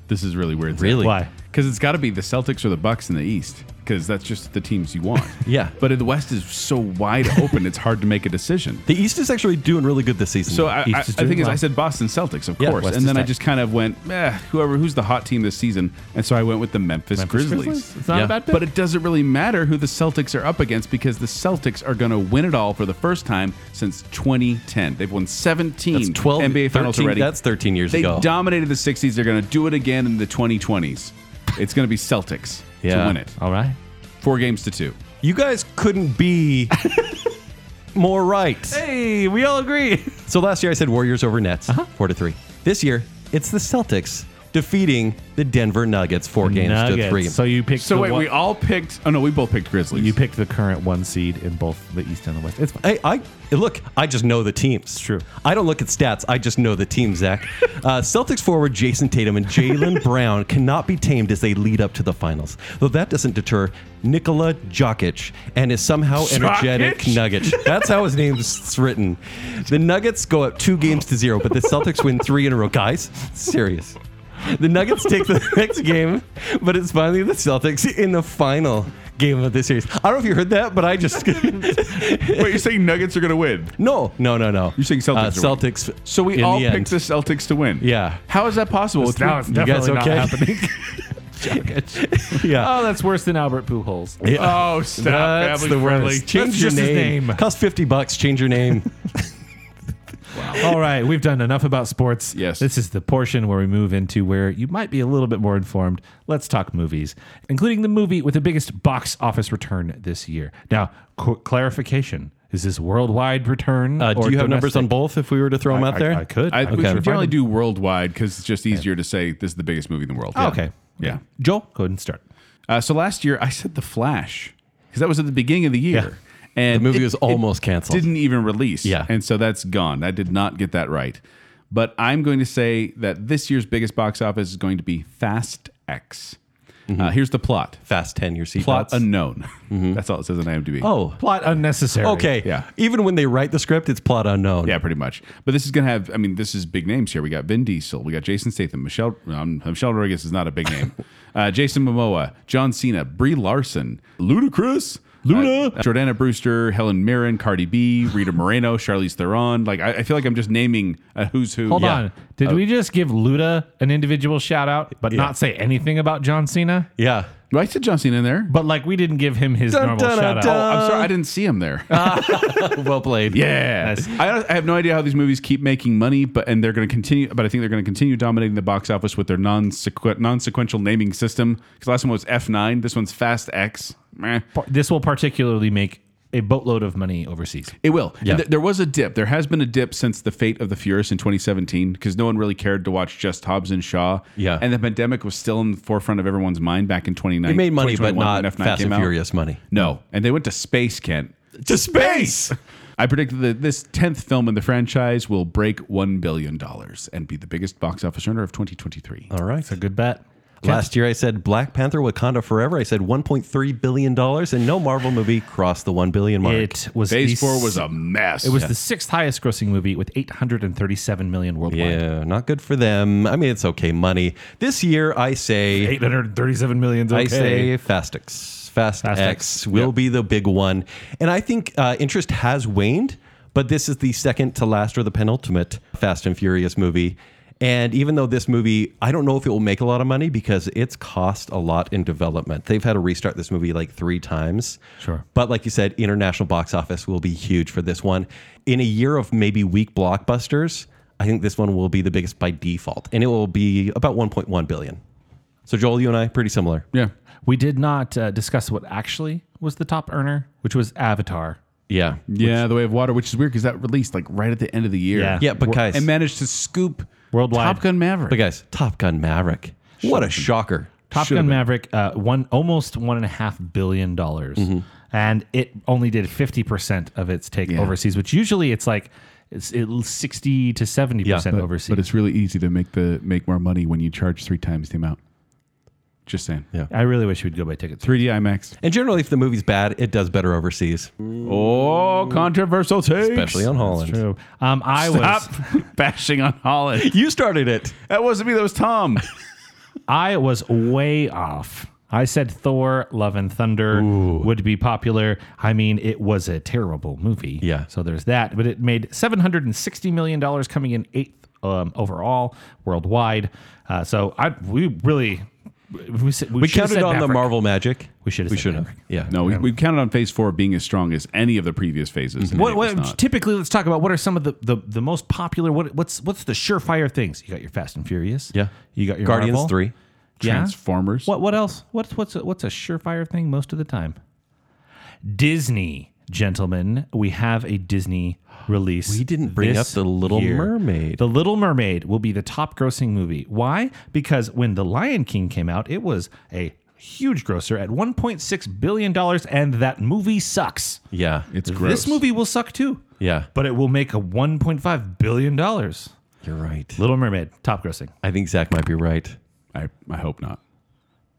S3: This is really weird.
S2: Really?
S4: Why?
S3: Because it's got to be the Celtics or the Bucks in the East. Because that's just the teams you want.
S2: Yeah.
S3: But the West is so wide open, it's hard to make a decision.
S2: The East is actually doing really good this season.
S3: So I, I, I
S4: East is doing
S3: think as I
S4: well.
S3: said Boston Celtics, of
S2: Yeah,
S3: course,
S2: West
S3: and
S2: is
S3: then I
S2: tight.
S3: just kind of went, eh, whoever who's the hot team this season, and so I went with the Memphis, Grizzlies.
S4: It's not
S2: Yeah.
S4: a bad pick.
S3: But it doesn't really matter who the Celtics are up against because the Celtics are going to win it all for the first time since 2010. They've won 17
S2: That's 12
S3: NBA finals
S2: 13
S3: already.
S2: that's 13 years
S3: they
S2: ago.
S3: dominated the 60s. They're going to do it again in the 2020s. It's going to be Celtics to
S2: Yeah.
S3: win it.
S4: All right.
S3: Four games to two.
S2: you guys couldn't be more right.
S4: Hey, we all agree.
S2: So last year I said Warriors over Nets,
S3: Uh-huh.
S2: four to three. This year it's the Celtics defeating the Denver Nuggets, four games to three.
S4: So you picked.
S3: So
S4: the
S3: wait,
S4: one-
S3: we all picked. Oh no, we both picked Grizzlies.
S4: you picked the current one seed in both the East and the West. It's fine.
S2: Hey, I look. I just know the teams. It's
S4: true.
S2: I don't look at stats. I just know the team. Zach, uh, Celtics forward Jason Tatum and Jalen Brown cannot be tamed as they lead up to the finals. Though that doesn't deter Nikola Jokic and his somehow energetic
S3: Jokic?
S2: Nuggets. That's how his name's written. The Nuggets go up two games to zero, but the Celtics win three in a row. Guys, serious. The Nuggets take the next game, but it's finally the Celtics in the final game of the series. I don't know if you heard that, but I just
S3: wait, you're saying Nuggets are going to win?
S2: No, no, no, no.
S3: You're saying Celtics
S2: Uh,
S3: are winning.
S2: Celtics.
S3: So we
S2: in
S3: all
S2: the
S3: picked
S2: end.
S3: the Celtics to win.
S2: Yeah.
S3: How is that possible? With
S4: now it's
S2: You guys
S4: Definitely not
S2: okay?
S4: happening.
S2: yeah.
S4: Oh, that's worse than Albert Pujols.
S2: Yeah.
S3: Oh, stop!
S2: That's
S3: family
S2: the
S3: friendly.
S2: worst. Change
S4: That's
S2: your
S4: just his
S2: name.
S4: name.
S2: Cost fifty bucks. Change your name.
S4: All right, we've done enough about sports.
S3: Yes.
S4: This is the portion where we move into where you might be a little bit more informed. Let's talk movies, including the movie with the biggest box office return this year. Now, qu- clarification Is this worldwide return?
S2: Uh,
S4: or
S2: do you have numbers on
S4: domestic?
S2: both if we were to throw them
S4: I-
S2: out there?
S4: I, I could.
S3: I,
S4: I could
S3: We
S4: try
S3: should
S4: to find
S3: generally
S4: them.
S3: do worldwide because it's just easier to say this is the biggest movie in the world.
S4: Oh, okay.
S3: Yeah.
S4: Joel, go ahead and start.
S3: Uh, so last year I said The Flash because that was at the beginning of the year, and
S2: The movie
S3: it-
S2: was almost canceled.
S3: Didn't even release.
S2: Yeah.
S3: and so that's gone. I did not get that right, but I'm going to say that this year's biggest box office is going to be Fast X.
S2: Mm-hmm.
S3: Uh, here's the plot.
S2: Fast 10 your seatbelts.
S3: Plot unknown. That's all it says on IMDb.
S2: Mm-hmm. oh,
S4: Plot unnecessary.
S2: okay.
S3: Yeah.
S2: Even when they write the script, it's plot unknown.
S3: Yeah, pretty much. But this is gonna have. I mean, this is big names here. We got Vin Diesel. We got Jason Statham. Michelle um, Michelle Rodriguez is not a big name. uh, Jason Momoa, John Cena, Brie Larson,
S4: Uh,
S3: Ludacris, Luna, Jordana Brewster, Helen Mirren, Cardi B, Rita Moreno, Charlize Theron. Like, I, I feel like I'm just naming a who's who.
S4: Hold
S3: Yeah.
S4: on. Did we just give Luda an individual shout out, but
S2: Uh, Yeah.
S4: not say anything about John Cena?
S2: Yeah.
S3: Well, I said John Cena in there.
S4: But like we didn't give him his
S2: Dun,
S4: normal
S2: dun,
S4: shout out.
S2: dun.
S3: Oh, I'm sorry, I didn't see him there.
S4: uh,
S2: well played.
S3: Yeah,
S4: Nice.
S3: I, don't- I have no idea how these movies keep making money, but and they're going to continue. But I think they're going to continue dominating the box office with their non non sequential naming system. Because last one was F nine, this one's Fast X. Meh.
S4: Par- This will particularly make a boatload of money overseas.
S3: It will.
S2: Yeah.
S3: And th- there was a dip. There has been a dip since the fate of the Furious in 2017 because no one really cared to watch just Hobbs and Shaw.
S2: Yeah.
S3: and the pandemic was still in the forefront of everyone's mind back in 2019.
S2: It made money, but
S3: 2021
S2: not
S3: when F9
S2: Fast
S3: came
S2: and
S3: out.
S2: Furious money.
S3: No, and they went to space, Kent.
S2: To space!
S3: I predict that this 10th film in the franchise will break $1 billion and be the biggest box office earner of 2023.
S2: All right.
S4: It's a good bet.
S2: Last year I said Black Panther Wakanda Forever. I said 1.3 billion dollars and no Marvel movie crossed the 1 billion mark.
S4: It was
S3: Phase
S4: the
S3: 4
S4: s-
S3: was a mess.
S4: It was the sixth highest grossing movie with 837 million worldwide.
S2: yeah, not good for them. I mean, it's okay money. This year I say
S4: 837 million.
S2: I say Fastix. Fast, X,
S4: Fast X,
S2: will be the big one. And I think uh, interest has waned, but this is the second to last or the penultimate Fast and Furious movie. And even though this movie, I don't know if it will make a lot of money because it's cost a lot in development. They've had to restart this movie like three times.
S4: Sure.
S2: But like you said, international box office will be huge for this one. In a year of maybe weak blockbusters, I think this one will be the biggest by default, and it will be about 1.1 billion. So Joel, you and I pretty similar.
S3: yeah.
S4: We did not uh, discuss what actually was the top earner, which was Avatar.
S2: Yeah.
S3: Yeah, The Way of Water, which is weird because that released like right at the end of the year.
S4: Yeah.
S2: Yeah, but guys,
S3: And managed to scoop
S4: Worldwide.
S3: Top Gun Maverick.
S2: but guys, Top Gun Maverick. What a shocker.
S4: Top
S3: Should've
S4: Gun
S3: been.
S4: Maverick uh, one almost one and a half billion dollars,
S3: Mm-hmm.
S4: and it only did fifty percent of its take overseas, which usually it's like it's it, sixty to seventy percent overseas.
S3: But it's really easy to make the make more money when you charge three times the amount. Just saying.
S2: Yeah.
S4: I really wish we'd go buy tickets.
S3: 3D IMAX.
S2: And generally, if the movie's bad, it does better overseas,
S3: Oh, controversial takes.
S2: especially on Holland.
S4: True. Um, I was
S3: Stop bashing on Holland.
S2: You started it.
S3: That wasn't me. That was Tom.
S4: I was way off. I said Thor: Love and Thunder would be popular. I mean, it was a terrible movie.
S2: Yeah.
S4: So there's that. But it made seven hundred and sixty million dollars, coming in eighth um, overall worldwide. Uh, so I we really we, said- we,
S2: We
S4: should've
S2: counted
S4: said
S2: on the
S4: Maverick.
S2: Marvel magic.
S4: We should have.
S2: We
S4: said
S2: should have.
S4: Maverick.
S2: Yeah.
S3: No, we, we counted on phase four being as strong as any of the previous phases. and
S4: What,
S3: it was
S4: what
S3: not.
S4: typically let's talk about what are some of the, the, the most popular what what's what's the surefire things you got your Fast and Furious
S2: Yeah.
S4: you got your
S2: Guardians
S4: Marvel.
S2: 3.
S4: Yeah.
S3: Transformers.
S4: What what else? What's what's a, what's a surefire thing most of the time? Disney, gentlemen, we have a Disney release.
S2: We didn't bring
S4: this
S2: up The Little
S4: year.
S2: Mermaid.
S4: The Little Mermaid will be the top grossing movie. Why? Because when The Lion King came out, it was a huge grosser at 1.6 billion dollars and that movie sucks.
S2: Yeah.
S3: It's gross.
S4: This movie will suck too.
S2: Yeah.
S4: But it will make a 1.5 billion dollars.
S2: You're right.
S4: Little Mermaid, top grossing.
S2: I think Zach might be right.
S3: I, I hope not.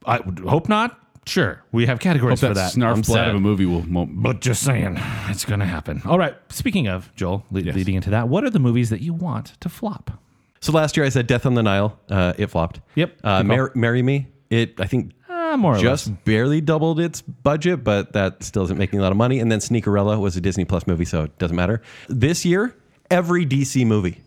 S4: I would hope not. Sure. We have categories for
S3: That,
S4: that.
S3: snarf
S2: I'm
S3: blood
S2: sad.
S3: of a movie will. won't
S4: But just saying, it's going to happen. All right. Speaking of, Joel, le- leading into that, what are the movies that you want to flop?
S2: So last year I said Death on the Nile. Uh, it flopped.
S4: Yep.
S2: Uh,
S4: Good call.
S2: Mar- Marry Me. It, I think,
S4: Uh, more or less.
S2: just barely doubled its budget, but that still isn't making a lot of money. And then Sneakerella was a Disney Plus movie, so it doesn't matter. This year, every DC movie,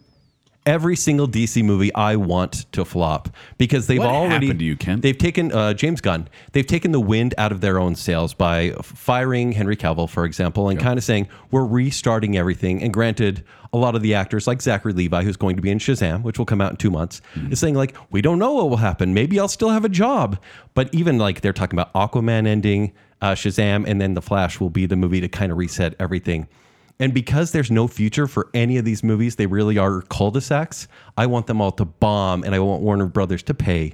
S2: every single DC movie, I want to flop because they've
S3: What
S2: already
S3: happened to you, Ken?
S2: They've taken uh, James Gunn. They've taken the wind out of their own sails by f- firing Henry Cavill, for example, and kind of saying we're restarting everything. And granted, a lot of the actors, like Zachary Levi, who's going to be in Shazam, which will come out in two months, is saying like we don't know what will happen. Maybe I'll still have a job. But even like they're talking about Aquaman ending, uh, Shazam, and then the Flash will be the movie to kind of reset everything. And because there's no future for any of these movies, they really are cul-de-sacs. I want them all to bomb, and I want Warner Brothers to pay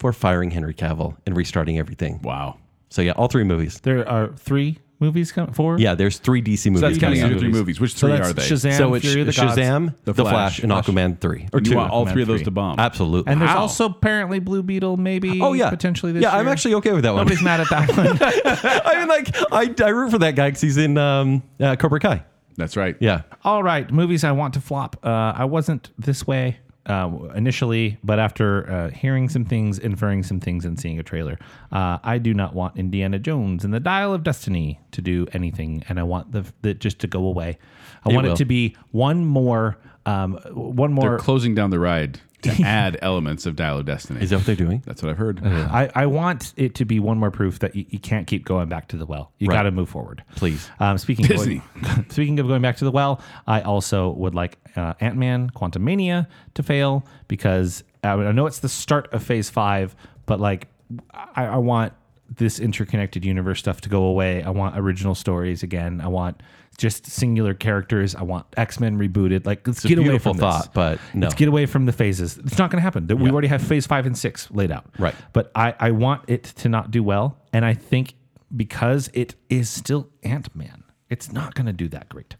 S2: for firing Henry Cavill and restarting everything.
S3: Wow.
S2: So yeah, all three movies.
S4: There are three movies coming. Four.
S2: Yeah, there's three DC movies.
S3: So that's
S2: coming
S3: counting out
S2: out.
S3: three movies. Which
S4: So
S3: three
S4: that's
S3: are they?
S4: Shazam,
S2: So it's
S4: Fury of the Gods.
S2: Shazam,
S3: The
S2: The,
S3: Flash,
S2: Flash, and
S3: Flash.
S2: Aquaman three or
S3: And you
S2: two.
S3: want all
S4: Aquaman
S3: three of those
S4: three.
S3: to bomb.
S2: Absolutely.
S4: And there's
S3: Wow.
S4: also apparently Blue Beetle, maybe.
S2: oh yeah,
S4: potentially this
S2: yeah, I'm
S4: year.
S2: actually okay with that one.
S4: Nobody's mad at that one.
S2: I mean, like I, I root for that guy because he's in um, uh, Cobra Kai.
S3: That's right.
S2: Yeah.
S4: All right, movies I want to flop. Uh, I wasn't this way uh, initially, but after uh, hearing some things, inferring some things, and seeing a trailer, uh, I do not want Indiana Jones and the Dial of Destiny to do anything, and I want the, the just to go away. I want
S2: will.
S4: it to be one more, um, one
S3: They're
S4: more.
S3: closing down the ride to add elements of Dial of Destiny.
S2: Is that what they're doing?
S3: That's what I've heard.
S4: I, I want it to be one more proof that you, you can't keep going back to the well. You
S2: Right.
S4: got to move forward.
S2: Please.
S4: Um, speaking of
S3: Disney.
S4: Going, speaking of going back to the well, I also would like uh, Ant Man Quantum Mania to fail because I, I know it's the start of Phase Five, but like I, I want this interconnected universe stuff to go away. I want original stories again. I want just singular characters. I want X Men rebooted. Like let's
S2: a
S4: get away
S2: beautiful
S4: from this.
S2: thought, but no.
S4: Let's get away from the phases. It's not going to happen. We already have phase five and six laid out.
S2: Right.
S4: But I, I want it to not do well. And I think because it is still Ant Man, it's not going to do that great.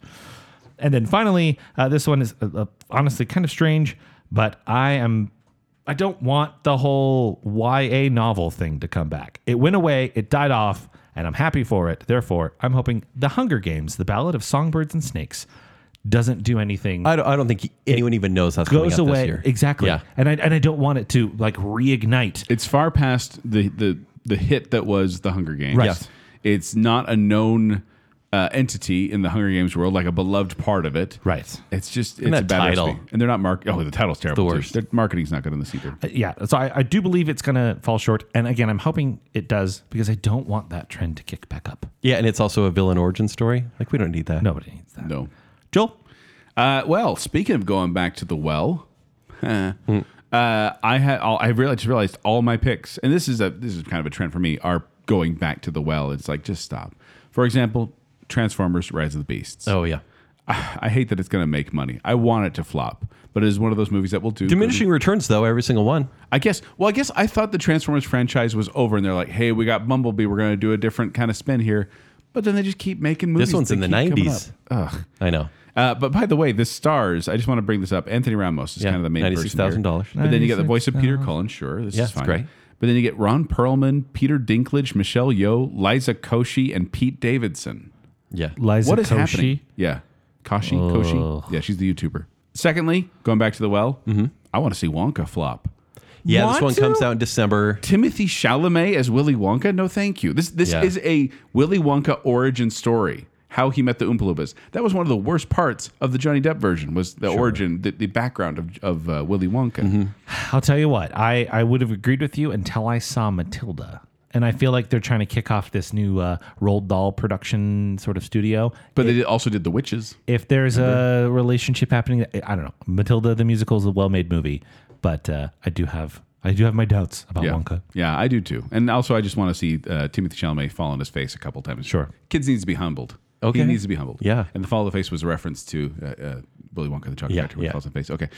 S4: And then finally, uh, this one is uh, uh, honestly kind of strange, but I am. I don't want the whole YA novel thing to come back. It went away, it died off, and I'm happy for it. Therefore, I'm hoping The Hunger Games, The Ballad of Songbirds and Snakes, doesn't do anything
S2: I don't, I don't think anyone even knows that's
S4: goes
S2: coming out
S4: away
S2: this year.
S4: exactly
S2: Yeah.
S4: and I, and I don't want it to like reignite
S3: it's far past the the the hit that was the Hunger Games.
S4: Right. Yes.
S3: It's not a known uh, entity in the Hunger Games world, like a beloved part of it.
S4: right
S3: It's just it's
S2: that
S3: a bad
S2: title.
S3: recipe. and they're not mark. Oh, the title's terrible.
S2: the
S3: too.
S2: worst.
S3: Their marketing's not good in this either.
S4: yeah so I, I do believe it's gonna fall short and again i'm hoping it does because i don't want that trend to kick back up
S2: Yeah, and it's also a villain origin story. Like we don't need that.
S4: nobody needs that
S3: No.
S4: joel
S3: Uh, well, speaking of going back to the well,
S4: Hmm.
S3: huh, uh, I had all, I realized, just realized all my picks, and this is a this is kind of a trend for me, are going back to the well. It's like just stop. For example, Transformers: Rise of the Beasts.
S2: Oh yeah.
S3: I, I hate that it's going to make money. I want it to flop, but it is one of those movies that will do
S2: Diminishing returns though, every single one.
S3: I guess. Well, I guess I thought the Transformers franchise was over, and they're like, "Hey, we got Bumblebee. We're going to do a different kind of spin here." But then they just keep making movies.
S2: This one's
S3: They
S2: in the
S3: keep coming
S2: nineties.
S3: up. Ugh.
S2: I know.
S3: Uh, but by the way, the stars. I just want to bring this up. Anthony Ramos is
S2: Yeah,
S3: kind of the main person. here.
S2: $96,000.
S3: But then you get the voice of Peter Cullen. Sure, this
S2: Yeah,
S3: is
S2: it's
S3: fine.
S2: great.
S3: But then you get Ron Perlman, Peter Dinklage, Michelle Yeoh, Liza Koshy, and Pete Davidson.
S2: Yeah.
S4: liza
S3: what is
S4: Koshy.
S3: happening? Yeah, Koshy, Koshy. Yeah, she's the YouTuber. Secondly, going back to the well, I want to see Wonka flop.
S2: Yeah, this
S4: Want
S2: one comes
S4: to?
S2: out in December.
S3: Timothy Chalamet as Willy Wonka? No, thank you. This this
S2: Yeah.
S3: is a Willy Wonka origin story. How he met the Oompa Loompas. That was one of the worst parts of the Johnny Depp version. Was the origin, the, the background of of uh, Willy Wonka.
S4: i'll tell you what i i would have agreed with you until i saw matilda and I feel like they're trying to kick off this new uh, Roald Dahl production sort of studio.
S3: But they did, also did the witches.
S4: If there's a relationship happening, I don't know. Matilda the musical is a well-made movie, but uh, I do have I do have my doubts about
S3: Yeah,
S4: Wonka.
S3: yeah, I do too. And also, I just want to see uh, Timothy Chalamet fall on his face a couple times.
S4: Sure.
S3: kids needs to be humbled.
S2: Okay.
S3: he needs to be humbled.
S2: Yeah.
S3: and the fall on the face was a reference to uh, uh, Willy Wonka and the Chocolate
S2: Yeah,
S3: Factory. where he
S2: yeah.
S3: falls on the face. Okay,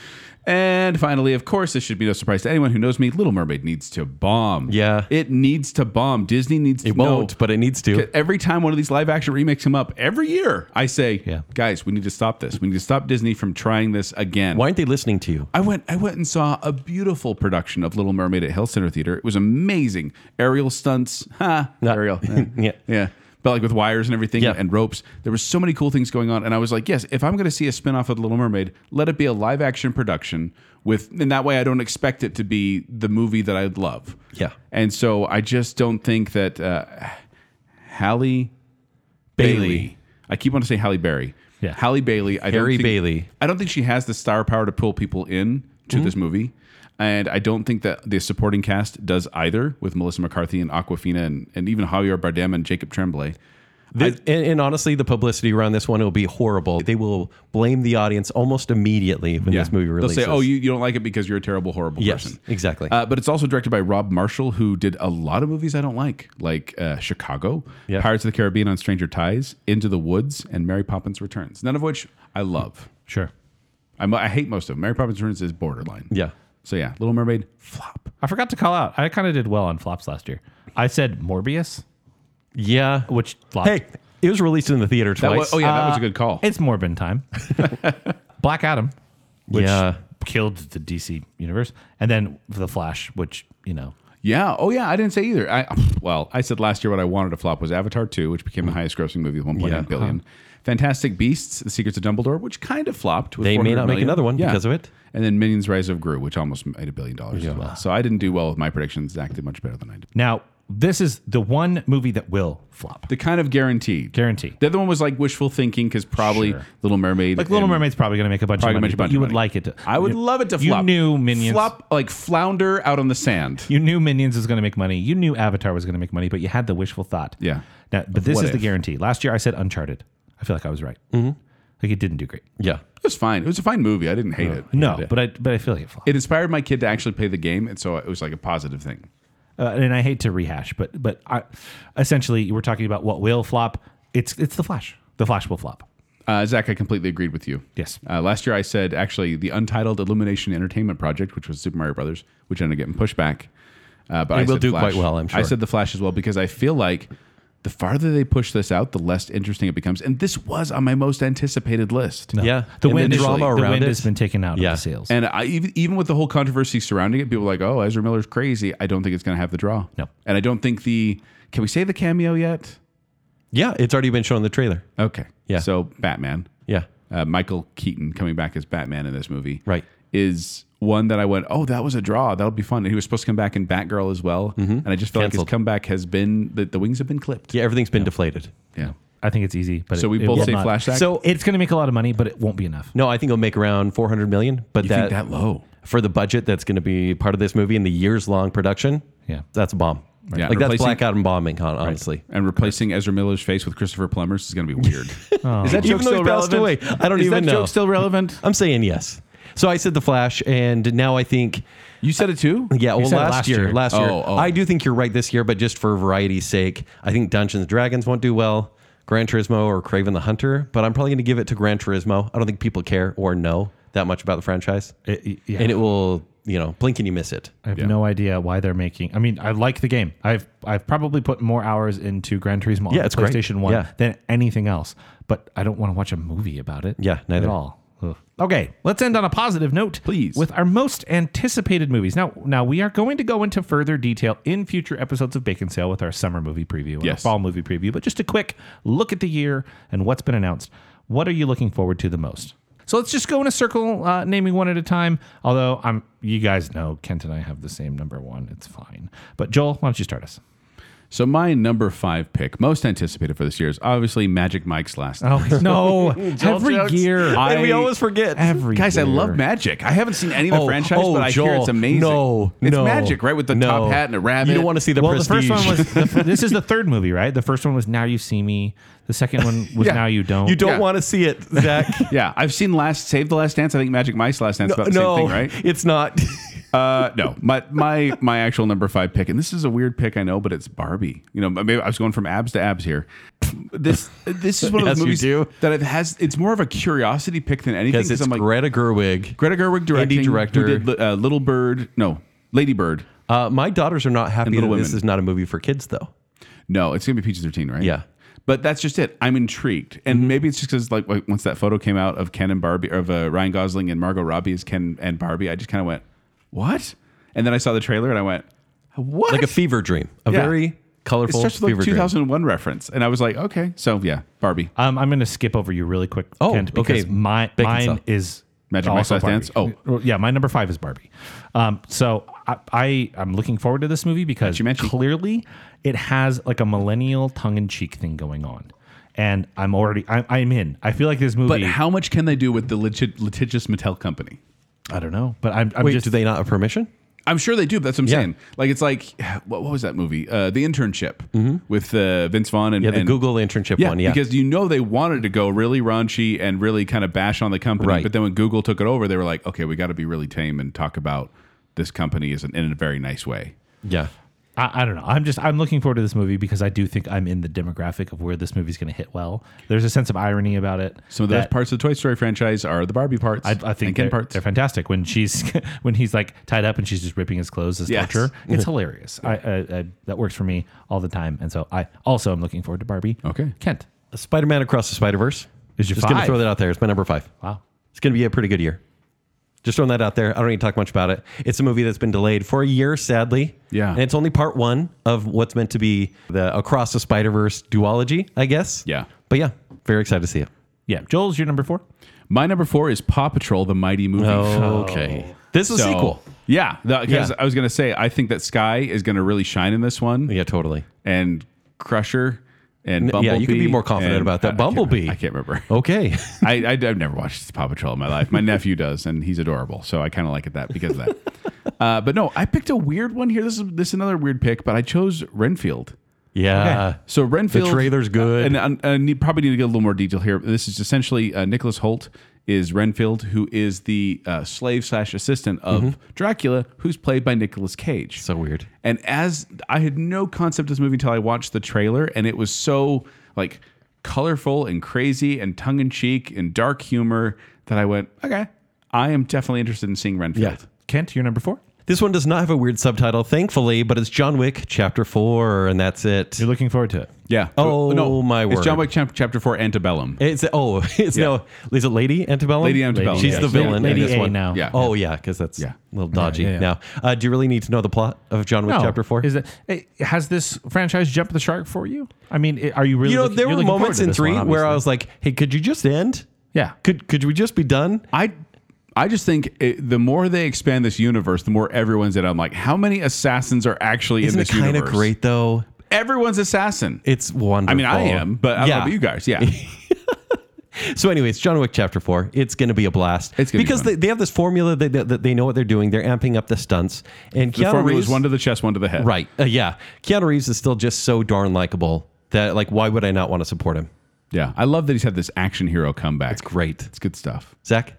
S3: and finally, of course, this should be no surprise to anyone who knows me. Little Mermaid needs to bomb.
S2: Yeah.
S3: it needs to bomb. Disney needs
S2: It
S3: to know-
S2: won't, but it needs to.
S3: Every time one of these live action remakes come up, every year I say,
S4: Yeah.
S3: guys, we need to stop this. We need to stop Disney from trying this again.
S2: Why aren't they listening to you?
S3: I went I went and saw a beautiful production of Little Mermaid at Hill Center Theater. It was amazing. Aerial stunts. Ha.
S2: No.
S3: Aerial.
S2: Yeah.
S3: Yeah. But like with wires and everything
S2: Yeah.
S3: and ropes. There was so many cool things going on. And I was like, yes, if I'm gonna see a spin-off of The Little Mermaid, let it be a live action production with and that way I don't expect it to be the movie that I love.
S2: Yeah.
S3: And so I just don't think that uh Halle Bailey.
S2: Bailey.
S3: I keep wanting to say Halle Berry.
S4: Yeah.
S3: Halle Bailey. I
S2: Harry
S3: don't think,
S2: Bailey. Mm-hmm.
S3: I don't think she has the star power to pull people in to this movie. And I don't think that the supporting cast does either with Melissa McCarthy and Aquafina and, and even Javier Bardem and Jacob Tremblay.
S2: Th- and, and honestly, the publicity around this one will be horrible. They will blame the audience almost immediately when this movie releases.
S3: They'll say, "Oh, you, you don't like it because you're a terrible, horrible
S2: Yes,
S3: person."
S2: exactly.
S3: Uh, but it's also directed by Rob Marshall, who did a lot of movies I don't like, like uh, Chicago,
S2: Yeah.
S3: Pirates of the Caribbean on Stranger Ties, Into the Woods, and Mary Poppins Returns. None of which I love.
S4: Sure.
S3: I'm, I hate most of them. Mary Poppins Returns is borderline.
S2: Yeah.
S3: So yeah, Little Mermaid flop.
S4: I forgot to call out. I kind of did well on flops last year. I said Morbius,
S2: Yeah.
S4: which flopped.
S2: Hey, it was released in the theater
S3: That
S2: twice.
S3: was, oh yeah, that was a good call.
S4: It's Morbin time. Black Adam, which
S2: Yeah.
S4: killed the DC universe, and then the Flash, which you know.
S3: Yeah. Oh, yeah. I didn't say either. I well, I said last year what I wanted to flop was Avatar Two, which became the highest grossing movie with 1.9 billion.
S2: Yeah.
S3: Fantastic Beasts: The Secrets of Dumbledore, which kind of flopped. With
S2: They may
S3: 400
S2: not make
S3: million.
S2: another one because of it.
S3: And then Minions: Rise of Gru, which almost made a billion dollars as well. So I didn't do well with my predictions. Zach did much better than I did.
S4: Now this is the one movie that will flop.
S3: The kind of guaranteed.
S4: Guarantee.
S3: The other one was like wishful thinking because probably
S4: Sure.
S3: Little Mermaid.
S4: Like Little
S3: and-
S4: Mermaid's probably going to make a bunch of
S3: Probably gonna make
S4: money.
S3: a
S4: but
S3: bunch
S4: you
S3: of
S4: would
S3: money.
S4: like it to.
S3: I would
S4: you-
S3: love it to
S4: you
S3: flop.
S4: knew Minions-
S3: flop like flounder out on the sand.
S4: You knew Minions was going to make money. You knew Avatar was going to make money, but you had the wishful thought.
S3: Yeah.
S4: Now, but this
S3: what
S4: is the
S3: if.
S4: guarantee. Last year I said Uncharted. I feel like I was right. Mm-hmm. Like it didn't do great.
S2: yeah.
S3: It was fine. It was a fine movie. I didn't hate it.
S4: No, but I but I feel like it flopped.
S3: It inspired my kid to actually play the game, and so it was like a positive thing.
S4: uh, and I hate to rehash, but but I, essentially we're talking about what will flop. It's it's the Flash. The Flash will flop.
S3: Uh, Zach, I completely agreed with you.
S4: Yes.
S3: Uh, last year, I said actually the Untitled Illumination Entertainment Project, which was Super Mario Brothers, which ended up getting pushed back. Uh, but
S2: It
S3: I
S2: will
S3: said
S2: do
S3: Flash.
S2: quite well, I'm
S3: I
S2: sure.
S3: said the Flash as well because I feel like the farther they push this out, the less interesting it becomes. And this was on my most anticipated list.
S2: Yeah.
S4: the
S2: And the
S4: wind
S2: drama
S4: the
S2: around
S4: wind
S2: it.
S4: has been taken out
S2: Yeah.
S4: of the sales.
S3: And I, even even with the whole controversy surrounding it, people are like, oh, Ezra Miller's crazy. I don't think it's going to have the draw.
S4: No.
S3: And I don't think the. Can we say the cameo yet?
S2: Yeah. It's already been shown in the trailer.
S3: Okay.
S2: Yeah.
S3: So, Batman.
S2: Yeah.
S3: uh, Michael Keaton coming back as Batman in this movie,
S2: Right.
S3: is one that I went, oh, that was a draw. That'll be fun. And he was supposed to come back in Batgirl as well, and I just feel like
S2: Canceled.
S3: his comeback has been the, the wings have been clipped.
S2: Mm-hmm. Yeah. Everything's been deflated.
S3: Yeah.
S4: I think it's easy, but
S3: So
S4: it-
S3: we
S4: it
S3: both
S4: will
S3: say
S4: not.
S3: Flash Zach?
S4: So it's going to make a lot of money, but it won't be enough.
S2: No, I think it'll make around 400 million, but
S3: You
S2: that,
S3: think that low?
S2: for the budget that's going to be part of this movie and the years long production,
S4: Yeah.
S2: that's a bomb.
S3: Yeah.
S2: Like that's
S3: Replacing-
S2: Black Adam bombing, hon- honestly.
S3: And replacing Ezra Miller's face with Christopher Plummer's is going to be weird. Is that
S2: Oh. Even though he passed away, I don't
S3: is
S2: even
S3: that
S2: know.
S3: joke still relevant?
S2: I'm saying yes. So I said the Flash, and now I think,
S3: You said it too.
S2: yeah, well,
S4: said it
S2: last,
S4: last
S2: year,
S4: year.
S2: last year,
S3: Oh, oh.
S2: I do think you're right this year, but just for variety's sake, I think Dungeons and Dragons won't do well. Gran Turismo or Craven the Hunter, but I'm probably going to give it to Gran Turismo. I don't think people care or know that much about the franchise,
S4: It- it- yeah.
S2: and it will, you know, blink and you miss it.
S4: I have
S3: Yeah.
S4: no idea why they're making. I mean, I like the game. I've I've probably put more hours into Gran Turismo on
S2: Yeah, it's great.
S4: PlayStation One
S2: Yeah.
S4: than anything else. But I don't want to watch a movie about it.
S2: Yeah, neither.
S4: at all. Ugh. Okay, let's end on a positive note,
S3: Please.
S4: With our most anticipated movies. Now, now we are going to go into further detail in future episodes of Bacon Sale with our summer movie preview and our
S3: Yes.
S4: fall movie preview. But just a quick look at the year and what's been announced. What are you looking forward to the most? So let's just go in a circle, uh, naming one at a time. Although I'm, you guys know Kent and I have the same number one. It's fine. But Joel, why don't you start us?
S3: So my number five pick, most anticipated for this year, is obviously Magic Mike's last.
S4: Oh no! every year,
S2: and we always forget.
S4: every
S3: Guys, I
S4: year.
S3: love Magic. I haven't seen any of the
S2: Oh,
S3: franchise,
S2: oh,
S3: but I hear
S2: Joel,
S3: it's amazing.
S2: No,
S3: it's
S2: no,
S3: Magic, right? With the
S2: no.
S3: top hat and a rabbit.
S2: You don't want to see the
S4: well,
S2: prestige.
S4: the first one was the, f- this is the third movie, right? The first one was Now You See Me. The second one was
S3: Yeah.
S4: Now You Don't.
S2: you don't
S3: Yeah.
S2: want to see it, Zach.
S3: Yeah, I've seen Last Save the Last Dance. I think Magic Mike's Last Dance is about the
S2: no,
S3: same thing, right?
S2: it's not.
S3: Uh, no, my my my actual number five pick, and this is a weird pick, I know, but it's Barbie. You know, maybe I was going from abs to abs here. This this is one of
S2: Yes,
S3: those
S2: you
S3: movies
S2: do.
S3: that it has. It's more of a curiosity pick than anything
S2: Because
S3: because
S2: it's
S3: I'm like
S2: Greta Gerwig.
S3: Greta Gerwig directing, who
S2: director.
S3: did, uh, Little Bird, no Lady Bird.
S2: Uh, my daughters are not happy that
S3: Little
S2: this
S3: Women.
S2: is not a movie for kids, though.
S3: No, it's gonna be PG thirteen, right?
S2: Yeah. Mm-hmm.
S3: But that's just it. I'm intrigued, and maybe it's just because like, like, once that photo came out of Ken and Barbie, of uh, Ryan Gosling and Margot Robbie as Ken and Barbie, I just kind of went, "What?" And then I saw the trailer, and I went, "What?"
S2: Like a fever dream, a
S3: Yeah.
S2: very
S3: It
S2: colorful
S3: starts with
S2: fever
S3: like
S2: dream.
S3: 2001 reference, and I was like, "Okay, so yeah, Barbie,
S4: Um, I'm going to skip over you really quick,
S2: Oh,
S4: Kent, because
S2: okay.
S4: my
S2: Bacon
S4: mine
S2: cell.
S4: is
S3: Magic Mike's
S4: also
S3: Last
S4: Barbie.
S3: Dance? Oh.
S4: Well, yeah, my number five is Barbie. Um, so I, I I'm looking forward to this movie because
S3: Matchy, matchy.
S4: clearly it has like a millennial tongue in cheek thing going on, and I'm already I, I'm in. I feel like this movie.
S3: But how much can they do with the liti- litigious Mattel company?
S4: I don't know, but I'm, I'm
S2: Wait,
S4: just
S2: do they not have permission?
S3: I'm sure they do. But that's what I'm
S2: Yeah.
S3: saying. Like it's like what, what was that movie? Uh, the internship with uh, Vince Vaughn and
S2: Mm-hmm. Yeah, the
S3: and-
S2: Google internship one. Yeah.
S3: because you know they wanted to go really raunchy and really kind of bash on the company.
S2: Right.
S3: But then when Google took it over, they were like, okay, we got to be really tame and talk about this company is in a very nice way.
S2: yeah.
S4: I, I don't know. I'm just I'm looking forward to this movie because I do think I'm in the demographic of where this movie's going to hit well. There's a sense of irony about it.
S3: Some of those
S4: that
S3: parts of the Toy Story franchise are the Barbie parts.
S4: I, I
S3: and
S4: think
S3: Ken
S4: they're,
S3: parts.
S4: they're fantastic when she's when he's like tied up and she's just ripping his clothes as
S3: Yes.
S4: torture. It's hilarious. I, I, I that works for me all the time, and so I also am looking forward to Barbie.
S3: Okay.
S4: Kent.
S2: Spider Man Across the Spider Verse.
S4: Is your
S2: Just going to
S4: five.
S2: throw that out there. It's my number five.
S4: Wow.
S2: It's going to be a pretty good year. Just throwing that out there. I don't need to talk much about it. It's a movie that's been delayed for a year, sadly.
S3: Yeah.
S2: And it's only part one of what's meant to be the Across the Spider Verse duology, I guess.
S3: Yeah.
S2: But yeah, very excited to see it.
S4: Yeah, Joel's your number four.
S3: My number four is Paw Patrol, the mighty movie.
S2: Oh, Okay. This is a
S3: So-
S2: sequel.
S3: Yeah, because
S2: Yeah.
S3: I was gonna say I think that Sky is gonna really shine in this one,
S2: Yeah, totally.
S3: and Crusher and
S2: N-
S3: Bumblebee.
S2: yeah, you could be more confident
S3: and-
S2: about that.
S3: I- I can't-
S2: Bumblebee.
S3: I can't remember.
S2: Okay.
S3: I, I have never watched Paw Patrol in my life. My nephew does, and he's adorable, so I kind of like it that because of that. Uh, but no, I picked a weird one here. This is this is another weird pick, but I chose Renfield.
S2: yeah.
S3: So Renfield,
S2: Uh, The trailer's good.
S3: and and I need, probably need to get a little more detail here. This is essentially uh, Nicholas Holt is Renfield, who is the uh, slave slash assistant of Dracula, who's played by Nicolas Cage.
S2: Mm-hmm. So weird.
S3: And as I had no concept of this movie until I watched the trailer, and it was so like colorful and crazy and tongue in cheek and dark humor that I went, okay, I am definitely interested in seeing Renfield.
S2: Yeah.
S4: Kent, your number four.
S2: This one does not have a weird subtitle, thankfully, but it's John Wick Chapter 4, and that's it.
S4: You're looking forward to it.
S3: Yeah.
S2: Oh, my
S3: It's John
S2: word.
S3: Wick chap- Chapter Four, Antebellum.
S2: It's oh, it's no, is it Lady Antebellum?
S3: Lady Antebellum.
S2: She's
S3: yeah.
S2: the villain
S4: Lady
S2: in this
S4: A
S2: one.
S4: now.
S3: Yeah.
S2: Oh yeah, because that's
S3: Yeah.
S2: a little dodgy
S4: Yeah, yeah, yeah.
S2: now. Uh, do you really need to know the plot of John Wick
S4: No.
S2: Chapter Four?
S4: Is that eh, has this franchise jumped the shark for you? I mean, eh, are you really?
S2: you know,
S4: looking-
S2: there
S4: you're
S2: were
S4: looking forward
S2: moments
S4: to
S2: in
S4: this one,
S2: three where I
S4: obviously.
S2: was like, "Hey, could you just end?
S4: yeah,
S2: Could could we just be done?"
S3: I I just think it, the more they expand this universe, the more everyone's in. it. I'm like, how many assassins are actually
S2: Isn't
S3: in
S2: it
S3: this
S2: kind of
S3: universe?
S2: great though?
S3: Everyone's assassin.
S2: It's wonderful.
S3: I mean, I am, but I don't know about you guys. Yeah.
S2: So, anyways, John Wick Chapter Four. It's going to be a blast.
S3: It's gonna be
S2: because
S3: fun.
S2: They, they have this formula that, that, that they know what they're doing. They're amping up the stunts, and
S3: the
S2: Keanu
S3: formula is
S2: Reeves-
S3: one to the chest, one to the head.
S2: Right. Uh, yeah. Keanu Reeves is still just so darn likable that like why would I not want to support him?
S3: Yeah. I love that he's had this action hero comeback. It's
S2: Great.
S3: It's good stuff.
S2: Zach?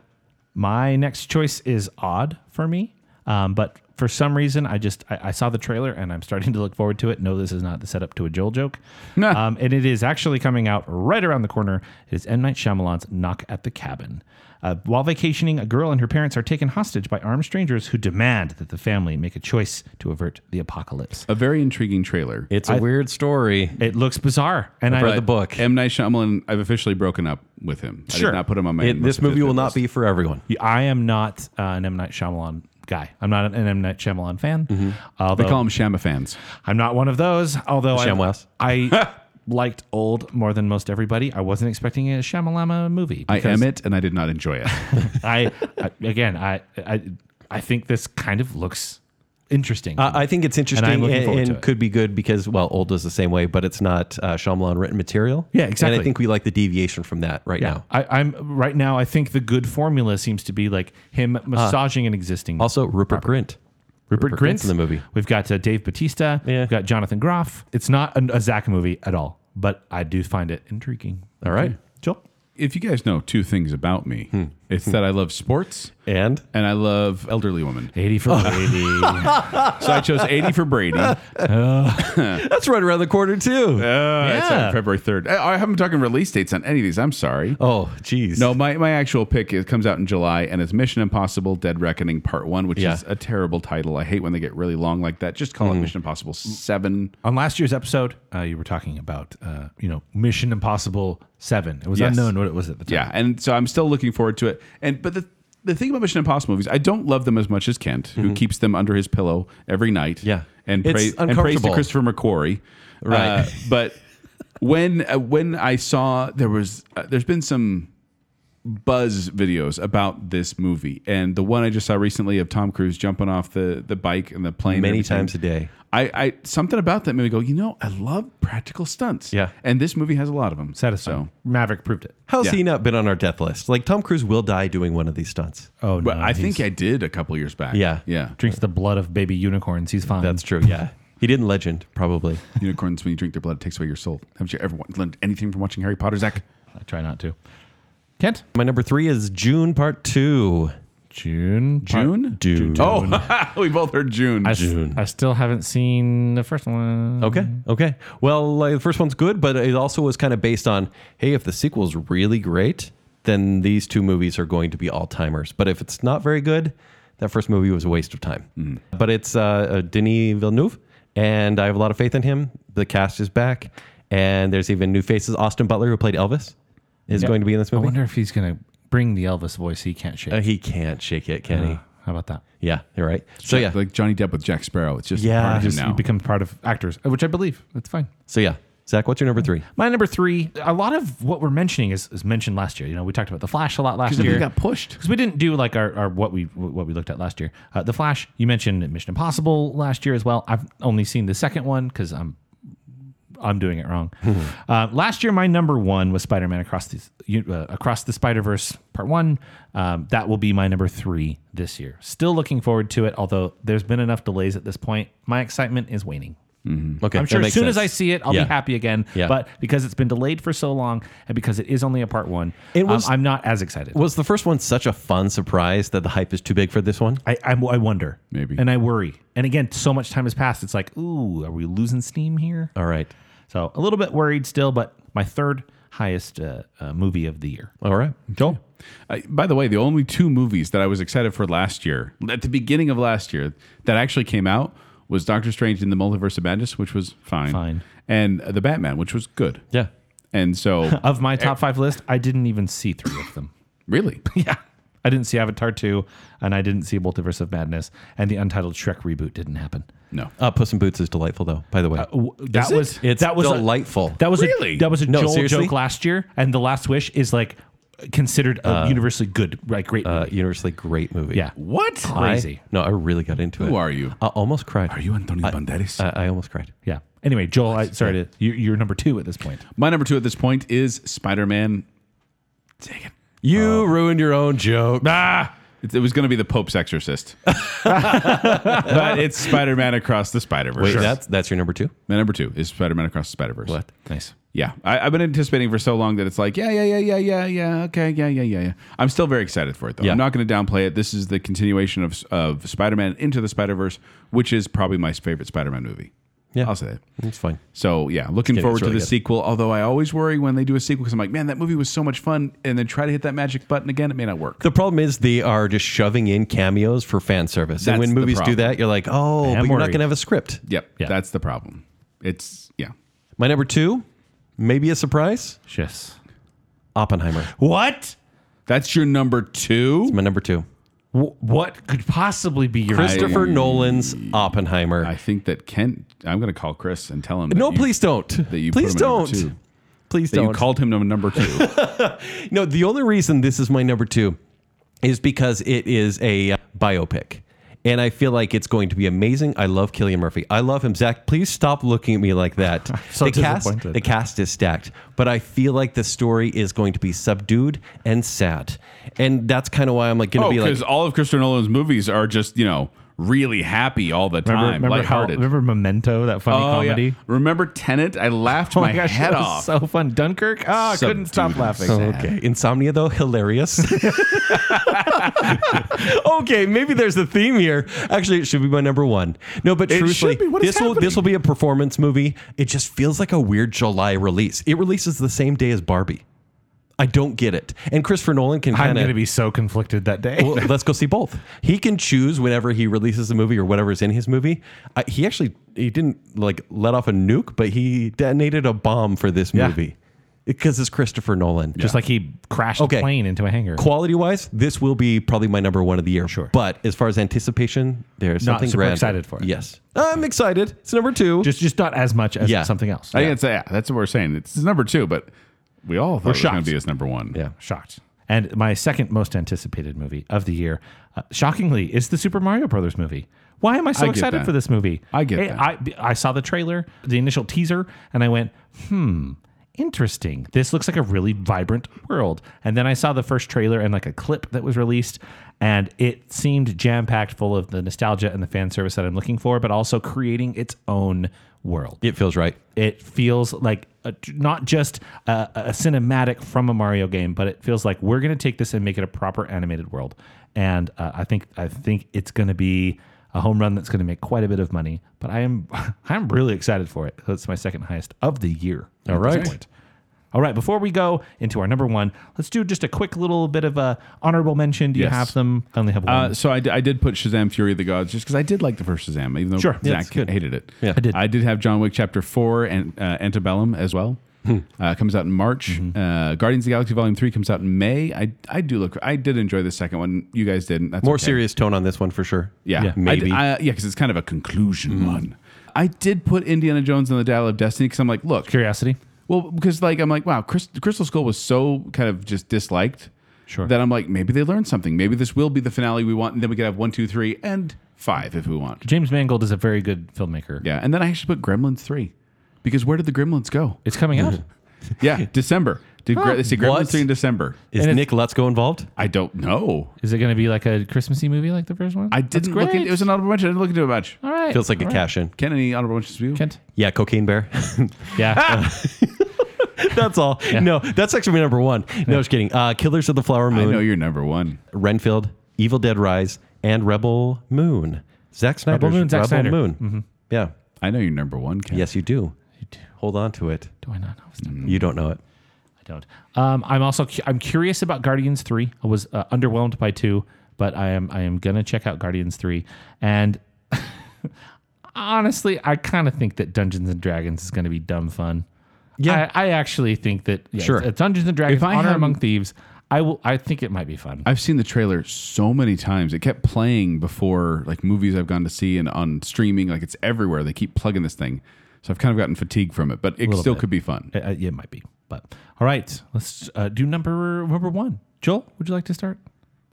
S4: My next choice is odd for me, um, but for some reason, I just I, I saw the trailer and I'm starting to look forward to it. No, this is not the setup to a Joel joke,
S3: Nah.
S4: um, and it is actually coming out right around the corner. It is M Night Shyamalan's Knock at the Cabin. Uh, while vacationing, a girl and her parents are taken hostage by armed strangers who demand that the family make a choice to avert the apocalypse.
S3: A very intriguing trailer.
S2: It's a weird story.
S4: It looks bizarre, and
S2: read
S4: I
S2: the book.
S3: M. Night Shyamalan, I've officially broken up with him. I
S4: Sure.
S3: did not put him on my
S2: It, this
S3: most
S2: movie will
S3: visited
S2: not
S3: list.
S2: be for everyone.
S4: I am not uh, an M Night Shyamalan guy. I'm not an M Night Shyamalan fan.
S3: Mm-hmm. They
S4: Although
S2: Oh.
S3: call him Shama fans.
S4: I'm not one of those. Although I-
S2: Shamwas.
S4: I, liked old more than most everybody. I wasn't expecting a Shamalama movie.
S3: I
S4: because
S3: am it, and I did not enjoy it.
S4: I, I again, I, I, I think this kind of looks interesting.
S2: Uh, I think it's interesting
S4: I'm
S2: and,
S4: looking forward
S2: and
S4: to it.
S2: could be good because, well, old is the same way, but it's not uh, Shyamalan written material.
S4: Yeah,
S2: And
S4: exactly.
S2: I think we like the deviation from that right
S4: yeah,
S2: now.
S4: I, I'm right now. I think the good formula seems to be like him massaging an existing.
S2: Uh, Also, Rupert Grint.
S4: Rupert,
S2: Rupert
S4: Grint
S2: Grint's in the movie.
S4: We've got uh, Dave Batista.
S2: Yeah.
S4: We've got Jonathan Groff. It's not a, a Zach movie at all, but I do find it intriguing.
S2: All right.
S4: Joel.
S3: if you guys know two things about me,
S2: Hmm.
S3: it's that I love sports
S2: And
S3: and I love elderly women.
S4: 80 for 80.
S3: So I chose 80 for Brady. Uh,
S2: that's right around the corner, too.
S3: It's
S4: Yeah.
S3: on February 3rd. I, I haven't talking release dates on any of these. I'm sorry.
S2: oh, geez.
S3: No, my, my actual pick is, comes out in July, and it's Mission Impossible Dead Reckoning Part 1, which
S2: Yeah.
S3: is a terrible title. I hate when they get really long like that. Just call it Mission Impossible 7.
S4: on last year's episode, uh, you were talking about uh, you know Mission Impossible Seven. It was
S3: Yes.
S4: unknown what it was at the time.
S3: Yeah, and so I'm still looking forward to it. And But the, the thing about Mission Impossible movies, I don't love them as much as Kent, who keeps them under his pillow every night
S2: Mm-hmm. Yeah.
S3: and,
S2: It's
S3: praise, and praise to
S2: uncomfortable.
S3: Christopher McQuarrie.
S2: Right.
S3: Uh, but when, uh, when I saw there was, uh, there's been some buzz videos about this movie, and the one I just saw recently of Tom Cruise jumping off the the bike and the plane and
S2: Many
S3: everything,
S2: times a day.
S3: I, I something about that made me go, you know, I love practical stunts.
S2: Yeah.
S3: and this movie has a lot of them.
S4: Satisfying. Maverick proved it.
S2: How's
S3: Yeah.
S2: he not been on our death list? Like Tom Cruise will die doing one of these stunts.
S4: Oh no!
S3: But I think
S4: he's-
S3: I did a couple years back.
S2: Yeah.
S3: yeah.
S4: drinks the blood of baby unicorns. He's fine.
S2: That's true. Yeah, he did in Legend probably.
S3: Unicorns, when you drink their blood, it takes away your soul. Haven't you ever learned anything from watching Harry Potter, Zach?
S4: I try not to. Kent,
S2: My number three is June Part Two.
S4: June, part-
S3: June?
S2: June.
S3: Oh, we both heard June.
S4: I, s-
S2: June.
S4: I still haven't seen the first one.
S2: Okay. Okay. Well, like, the first one's good, but it also was kind of based on hey, if the sequel's really great, then these two movies are going to be all timers. But if it's not very good, that first movie was a waste of time.
S4: Mm-hmm.
S2: But it's uh, uh, Denis Villeneuve, and I have a lot of faith in him. The cast is back, and there's even new faces. Austin Butler, who played Elvis, is
S4: Yeah.
S2: going to be in this
S4: I
S2: movie.
S4: wonder if he's gonna bring the Elvis voice he can't shake. Uh,
S2: Uh, he can't shake it, can he?
S4: How about that?
S2: Yeah, you're right. So yeah,
S3: like Johnny Depp with Jack Sparrow. It's just
S2: Yeah,
S3: part of him
S4: Just
S3: now.
S4: you become part of actors, uh, which I believe. That's fine.
S2: so yeah. Zach, what's your number three?
S4: My number three. A lot of what we're mentioning is, is mentioned last year. You know, we talked about the Flash a lot last
S3: Because
S4: year.
S3: it got pushed.
S4: because we didn't do like our, our what we what we looked at last year. Uh, the Flash, you mentioned Mission Impossible last year as well. I've only seen the second one because I'm I'm doing it wrong. uh, last year, my number one was Spider Man across the uh, across the Spider Verse Part One. Um, that will be my number three this year. Still looking forward to it, although there's been enough delays at this point. My excitement is waning.
S2: Okay,
S4: Hmm. I'm
S2: that
S4: sure as
S2: makes
S4: soon as I
S2: sense.
S4: see it, I'll
S2: Yeah.
S4: be happy again.
S2: Yeah.
S4: But because it's been delayed for so long, and because it is only a part one,
S2: It was-
S4: um, I'm not as excited.
S2: Was the first one such a fun surprise that the hype is too big for this one?
S4: I, I, I wonder.
S3: Maybe.
S4: And I worry. And again, so much time has passed. It's like, ooh, are we losing steam here?
S2: All right.
S4: So a little bit worried still, but my third highest uh, uh, movie of the year.
S2: All right.
S4: Joel?
S3: Uh, by the way, the only two movies that I was excited for last year, at the beginning of last year, that actually came out was Doctor Strange in the Multiverse of Madness, which was fine.
S4: Fine.
S3: And uh, The Batman, which was good.
S2: Yeah.
S3: And so,
S4: Of my top five list, I didn't even see three of them.
S3: really?
S4: yeah. I didn't see Avatar 2, and I didn't see Multiverse of Madness, and the Untitled Shrek reboot didn't happen.
S3: No.
S2: Uh, Puss in Boots is delightful, though. By the way,
S4: W- That
S3: it?
S4: was
S2: Uh, it's
S4: that was a-
S2: delightful.
S4: That was
S3: Really?
S4: a, that was a
S2: No,
S4: Joel
S2: seriously?
S4: joke last year, and The Last Wish is like considered a universally good, like great.
S2: uh,
S4: movie.
S2: universally great movie.
S4: yeah,
S3: What?
S2: I-
S4: crazy.
S2: no, I really got into it.
S3: Who are you?
S2: I almost cried.
S3: Are you Antonio Banderas?
S2: I, I almost cried.
S4: Yeah. Anyway, Joel, I, sorry to you, you're number two at this point.
S3: My number two at this point is Spider Man. Dang it.
S2: You ruined your own joke.
S3: Ah! It, it was going to be the Pope's Exorcist. but it's Spider Man Across the Spider Verse.
S2: Wait, that's that's your number two.
S3: My number two is Spider Man Across the Spider Verse.
S2: What?
S4: Nice.
S3: Yeah. I, I've been anticipating for so long that it's like, yeah, yeah, yeah, yeah, yeah, yeah, okay, yeah, yeah, yeah, yeah. I'm still very excited for it, though.
S2: Yeah.
S3: I'm not going to downplay it. This is the continuation of, of Spider Man Into the Spider Verse, which is probably my favorite Spider Man movie.
S2: Yeah.
S3: I'll say that.
S2: It's fine.
S3: So yeah, looking
S2: kidding,
S3: forward
S2: it's
S3: to
S2: really
S3: the
S2: good.
S3: sequel. Although I always worry when they do a sequel because I'm like, man, that movie was so much fun, and then try to hit that magic button again, it may not work.
S2: The problem is they are just shoving in cameos for fan service,
S3: That's
S2: and when
S3: the
S2: movies do
S3: problem.
S2: that, you're like, oh,
S4: am
S2: but you're not
S4: worried.
S2: gonna have a script.
S3: yep,
S4: Yeah.
S3: that's the problem. It's yeah.
S2: My number two, maybe a surprise,
S4: Yes.
S2: Oppenheimer.
S4: What?
S3: That's your number two.
S2: My number two,
S4: W- what could possibly be your
S2: Christopher Nolan's Oppenheimer.
S3: I think that Kent. I'm going to call Chris and tell him.
S2: no,
S3: that you-
S2: please don't.
S3: that you put
S2: please
S3: him at number two.
S2: don't. Please
S3: That
S2: don't.
S3: you called him number two.
S2: No, the only reason this is my number two is because it is a uh, biopic. And I feel like it's going to be amazing. I love Killian Murphy. I love him. Zach, please stop looking at me like that.
S4: so
S2: the cast,
S4: disappointed.
S2: the cast is stacked, but I feel like the story is going to be subdued and sad, and that's kind of why I'm like going to
S3: oh,
S2: be like,
S3: because all of Christopher Nolan's movies are just you know really happy all the time,
S4: Remember, remember, how,
S3: lighthearted.
S4: remember Memento, that funny
S3: Oh, yeah.
S4: comedy?
S3: Remember Tenet? I laughed Oh my head
S4: Oh that was
S3: off.
S4: so fun. Dunkirk? Ah, I couldn't stop
S3: Subdued.
S4: laughing.
S3: So-
S2: okay, insomnia though hilarious. okay, maybe there's a theme here. Actually, it should be my number one. No, but
S3: It
S2: truthfully,
S3: should be. What is
S2: this will this
S3: happening?
S2: will be a performance movie. It just feels like a weird July release. It releases the same day as Barbie. I don't get it. And Christopher Nolan can
S4: I'm
S2: kind
S4: going to
S2: of.
S4: be so conflicted that day.
S2: Well, let's go see both. He can choose whenever he releases a movie or whatever's in his movie. I, he actually he didn't like let off a nuke, but he detonated a bomb for this
S4: Yeah.
S2: movie because it's Christopher Nolan.
S4: Just like he crashed
S2: Okay.
S4: a plane into a hangar.
S2: Quality wise, this will be probably my number one of the year.
S4: Sure.
S2: But as far as anticipation, there's
S4: Not
S2: something
S4: super
S2: grander.
S4: excited for it.
S2: Yes. I'm excited. It's number two.
S4: Just just not as much as
S2: Yeah.
S4: something else.
S3: I think it's, yeah, that's what we're saying. It's his number two, but we all thought it was going
S4: shocked.
S3: to be his number one.
S2: yeah.
S4: Shocked. And my second most anticipated movie of the year, uh, shockingly, is the Super Mario Brothers movie. Why am I so
S3: I get
S4: excited
S3: that.
S4: for this movie?
S3: I get
S4: Hey,
S3: that.
S4: I, I saw the trailer, the initial teaser, and I went, hmm, interesting. This looks like a really vibrant world. And then I saw the first trailer and like a clip that was released, and it seemed jam packed full of the nostalgia and the fan service that I'm looking for, but also creating its own world
S2: It feels right.
S4: it feels like a, not just a, a cinematic from a Mario game, but it feels like we're going to take this and make it a proper animated world. And uh, I think I think it's going to be a home run that's going to make quite a bit of money. But I am I'm really excited for it. It's my second highest of the year.
S2: All right.
S4: All right. Before we go into our number one, let's do just a quick little bit of a honorable mention. Do you
S3: Yes.
S4: have them? I only have one.
S3: Uh, so I, d- I did put Shazam: Fury of the Gods just because I did like the first Shazam, even though
S4: Sure. Yeah,
S3: Zach
S4: it's good.
S3: hated it.
S2: Yeah. I
S4: did.
S3: I did have John Wick Chapter Four and uh, Antebellum as well. Uh, comes out in March. Uh, Guardians of the Galaxy Volume Three comes out in May. I I do look. I did enjoy the second one. You guys didn't. That's
S2: More
S3: okay.
S2: serious tone on this one for sure.
S3: Yeah, I d-
S2: Maybe.
S3: I- yeah, because it's kind of a conclusion one. I did put Indiana Jones and the Dial of Destiny because I'm like, look,
S4: Curiosity.
S3: well, because like I'm like, wow, Chris, Crystal Skull was so kind of just disliked.
S4: Sure.
S3: That I'm like, maybe they learned something. Maybe this will be the finale we want, and then we could have one, two, three, and five if we want.
S4: James Mangold is a very good filmmaker.
S3: Yeah, and then I actually put Gremlins three, because where did the Gremlins go?
S4: It's coming
S3: Mm-hmm.
S4: out.
S3: Yeah, December. Did Gre- they say Gremlins
S2: What?
S3: three in December?
S2: Is Nick Lutzko involved?
S3: I don't know.
S4: Is it going to be like a Christmasy movie like the first one?
S3: I
S4: That's
S3: didn't look. Into, it was an honorable mention. I didn't look into it much.
S4: All right.
S2: Feels like a
S4: All right.
S2: cash in.
S3: Ken, any honorable mentions for you?
S4: Kent.
S2: Yeah, Cocaine Bear.
S4: Yeah.
S2: that's all. No, that's actually my number one. No, just kidding. Uh, Killers of the Flower
S3: I
S2: Moon,
S3: know you're number one.
S2: Renfield, Evil Dead Rise, and Rebel Moon. Zack Snyder's Rebel
S4: Moon,
S2: Moon.
S4: Zack Snyder.
S2: Yeah.
S3: I know you're number one, Ken.
S2: Yes, you do. Hold on to it.
S4: Do I not know? his name?
S2: You don't know it.
S4: I don't. Um, I'm also cu- I'm curious about Guardians three. I was uh, underwhelmed by two, but I am I am gonna check out Guardians three. And honestly, I kind of think that Dungeons and Dragons is gonna be dumb fun.
S2: Yeah.
S4: I, I actually think that yeah,
S2: Sure.
S4: it's- it's Dungeons and Dragons
S3: If I
S4: Honor
S3: hadn't-
S4: Among Thieves. I will. I think it might be fun.
S3: I've seen the trailer so many times. It kept playing before like movies I've gone to see and on streaming. Like it's everywhere. They keep plugging this thing. So I've kind of gotten fatigued from it, but it still
S4: bit.
S3: could be fun.
S4: Uh, uh, yeah, it might be. But all right, let's uh, do number number one. Joel, would you like to start?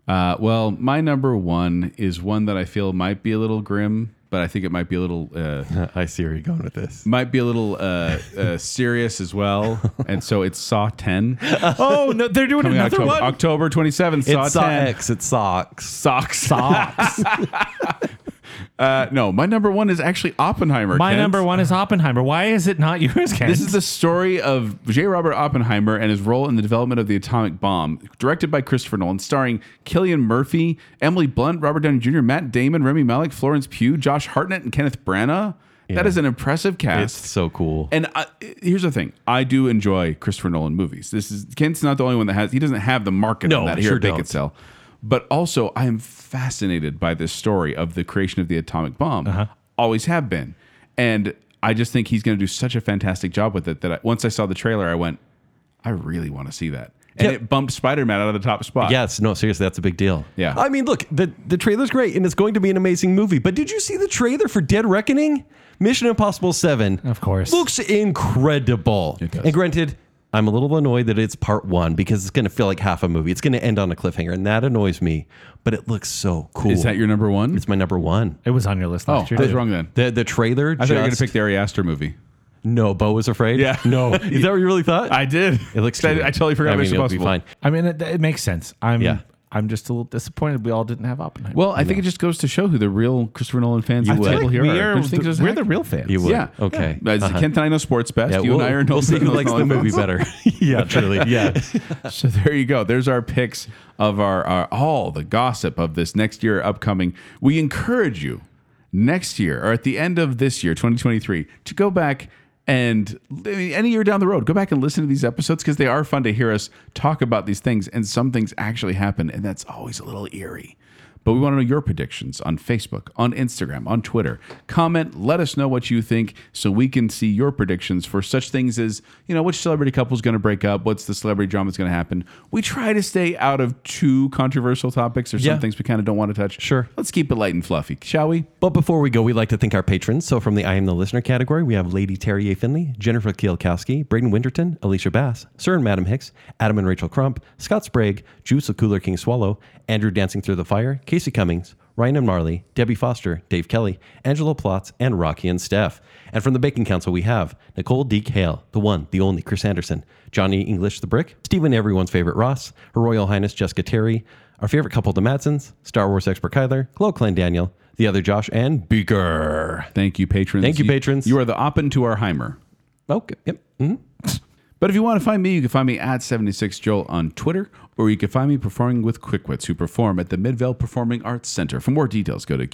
S3: Uh, well, my number one is one that I feel might be a little grim, but I think it might be a little uh,
S2: I see where you're going with this.
S3: might be a little uh, uh, serious as well. And so it's Saw Ten
S4: Oh no, they're doing
S3: coming out October, October twenty seventh. Saw
S2: It's Saw
S3: Ten
S2: X. It's Socks.
S3: socks.
S4: Socks.
S3: Uh, no, my number one is actually Oppenheimer.
S4: My
S3: Kent.
S4: number one is Oppenheimer. Why is it not yours, Ken?
S3: This is the story of J. Robert Oppenheimer and his role in the development of the atomic bomb, directed by Christopher Nolan, starring Killian Murphy, Emily Blunt, Robert Downey Jr., Matt Damon, Remy Malik, Florence Pugh, Josh Hartnett, and Kenneth Branagh. That is an impressive
S2: It's
S3: cast.
S2: so cool.
S3: and I, here's the thing: I do enjoy Christopher Nolan movies. This is Kent's not the only one that has. He doesn't have the market
S2: No,
S3: on that
S2: I
S3: here
S2: sure
S3: at Bake
S2: don't.
S3: It Sell. But also, I am fascinated by this story of the creation of the atomic bomb. Always have been, and I just think he's going to do such a fantastic job with it that I, once I saw the trailer, I went, I really want to see that, and
S2: Yep.
S3: it bumped Spider Man out of the top spot.
S2: Yes, no, seriously, that's a big deal.
S3: Yeah.
S2: I mean, look, the, the trailer's great and it's going to be an amazing movie, but did you see the trailer for Dead Reckoning? Mission Impossible 7.
S4: Of course.
S2: Looks incredible.
S3: does.
S2: And granted, I'm a little annoyed that it's part one because it's going to feel like half a movie. It's going to end on a cliffhanger, and that annoys me, but it looks so cool.
S3: is that your number one?
S2: It's my number one.
S4: it was on your list last
S3: oh,
S4: year.
S3: I was
S4: too.
S3: wrong then.
S2: The, the trailer
S3: I thought you were going to
S2: just-
S3: pick the Ari Aster movie.
S2: No, Bo was afraid?
S3: Yeah.
S2: No. Is that what you really thought?
S3: did.
S2: it looks
S3: I,
S2: good.
S3: I totally
S2: I
S3: forgot.
S2: mean,
S3: Mission
S2: it'll be
S3: Impossible.
S2: fine.
S4: I mean, it, it makes sense. I'm
S2: Yeah.
S4: I'm just a little disappointed. We all didn't have Oppenheimer.
S3: Well, I think it just goes to show who the real Christopher Nolan fans at the
S2: would.
S3: table here
S4: we are
S3: Don't you think
S4: the,
S3: so,
S4: we're
S3: Zach?
S4: the real fans.
S2: You would.
S3: Yeah.
S2: Okay.
S3: Uh, it's Kent and I know sports best. you and I are no
S2: we'll see who likes the movie better. yeah, truly. Yeah.
S3: So there you go. There's our picks of our, our all the gossip of this next year upcoming. We encourage you next year or at the end of this year, 2023, to go back and I mean, any year down the road, go back and listen to these episodes because they are fun to hear us talk about these things. And some things actually happen, and that's always a little eerie. But we want to know your predictions on Facebook, on Instagram, on Twitter. Comment, let us know what you think so we can see your predictions for such things as, you know, which celebrity couple is going to break up, what's the celebrity drama that's going to happen. We try to stay out of too controversial topics or
S2: Yeah.
S3: some things we kind of don't want to touch.
S2: Sure.
S3: Let's keep it light and fluffy, shall we?
S2: But before we go, we like to thank our patrons. So from the I Am the Listener category, we have Lady Terrier Finley, Jennifer Kielkowski, Braden Winterton, Alicia Bass, Sir and Madam Hicks, Adam and Rachel Crump, Scott Sprague, Juice of Cooler King Swallow, Andrew Dancing Through the Fire, Casey Cummings, Ryan and Marley, Debbie Foster, Dave Kelly, Angelo Plotz, and Rocky and Steph. And from the Baking Council, we have Nicole D. Hale, the one, the only Chris Anderson, Johnny English the Brick, Stephen Everyone's Favorite Ross, Her Royal Highness Jessica Terry, our favorite couple, the Madsons, Star Wars expert Kyler, Chloe Klein Daniel, the other Josh, and Beaker.
S3: Thank you, patrons.
S2: Thank you, patrons.
S3: You are the Oppen to our Heimer.
S2: Okay. Yep. Mhm.
S3: But if you want to find me, you can find me at 76Joel on Twitter, or you can find me performing with Quickwits, who perform at the Midvale Performing Arts Center. For more details, go to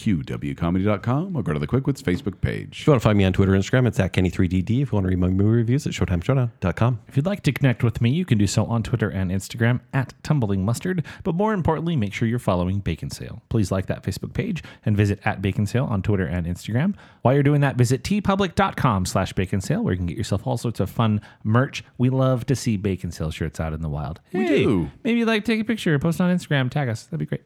S3: qwcomedy.com or go to the Quickwits Facebook
S2: If
S3: page.
S2: you want to find me on Twitter and Instagram, it's at Kenny3DD. If you want to read my movie reviews, it's ShowtimeShowdown.com.
S4: If you'd like to connect with me, you can do so on Twitter and Instagram at Tumbling Mustard. But more importantly, make sure you're following Bacon Sale. Please like that Facebook page and visit at Bacon Sale on Twitter and Instagram. While you're doing that, visit tpublic.com slash bacon sale where you can get yourself all sorts of fun merch. We love to see bacon sale shirts out in the wild. We
S3: do.
S4: Maybe you'd like to take a picture, post on Instagram, tag us. That'd be great.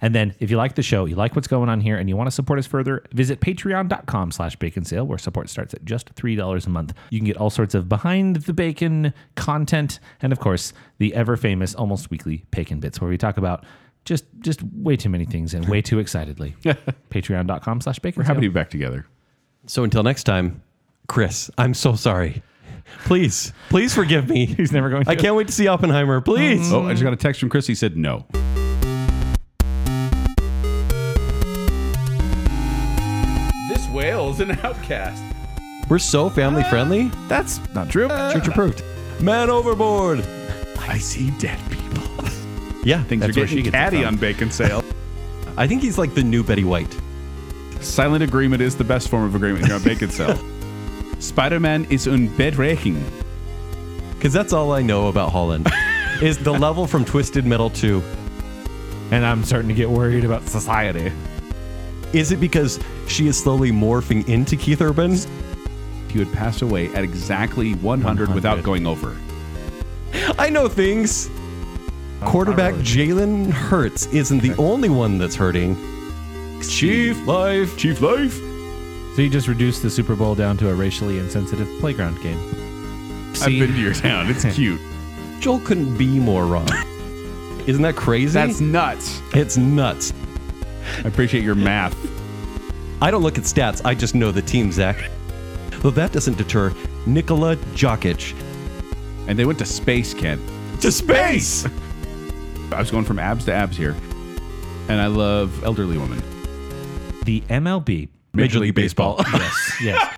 S4: And then if you like the show, you like what's going on here, and you want to support us further, visit patreon.com slash bacon sale, where support starts at just $3 a month. You can get all sorts of behind the bacon content, and of course, the ever famous, almost weekly bacon bits, where we talk about just just way too many things and way too excitedly. patreon.com slash bacon
S3: We're happy to be
S4: sale.
S3: back together.
S2: So until next time, Chris, I'm so sorry. Please, please forgive me.
S4: He's never going to.
S2: I can't wait to see Oppenheimer. Please.
S3: Oh, I just got a text from Chris. He said no. This whale is an outcast.
S2: We're so family friendly.
S4: That's not true.
S2: Church
S3: Uh,
S2: approved. Man overboard.
S3: I see dead people.
S2: Yeah,
S3: Things
S2: that's
S3: are
S2: where she
S3: getting
S2: gets it
S3: catty
S2: from.
S3: on bacon sale.
S2: I think he's like the new Betty White.
S3: Silent agreement is the best form of agreement here on Bacon Cell. Spider Man is unbedreching.
S2: Because that's all I know about Holland. is the level from Twisted Metal 2.
S4: And I'm starting to get worried about society.
S2: Is it because she is slowly morphing into Keith Urban?
S3: He would pass away at exactly 100, without going over.
S2: I know things.
S4: Oh,
S2: Quarterback Jalen Hurts isn't the only one that's hurting. Chief life.
S3: Chief Life!
S4: So you just reduced the Super Bowl down to a racially insensitive playground game.
S3: I've been to your town. It's cute.
S2: Joel couldn't be more wrong. Isn't that crazy?
S3: That's nuts.
S2: it's nuts.
S3: I appreciate your math.
S2: I don't look at stats, I just know the team, Zach. Though that doesn't deter Nikola Jokic
S3: And they went to space, Ken.
S2: to space.
S3: I was going from abs to abs here. And I love elderly women.
S4: The MLB
S2: Major League Baseball.
S4: yes, yes.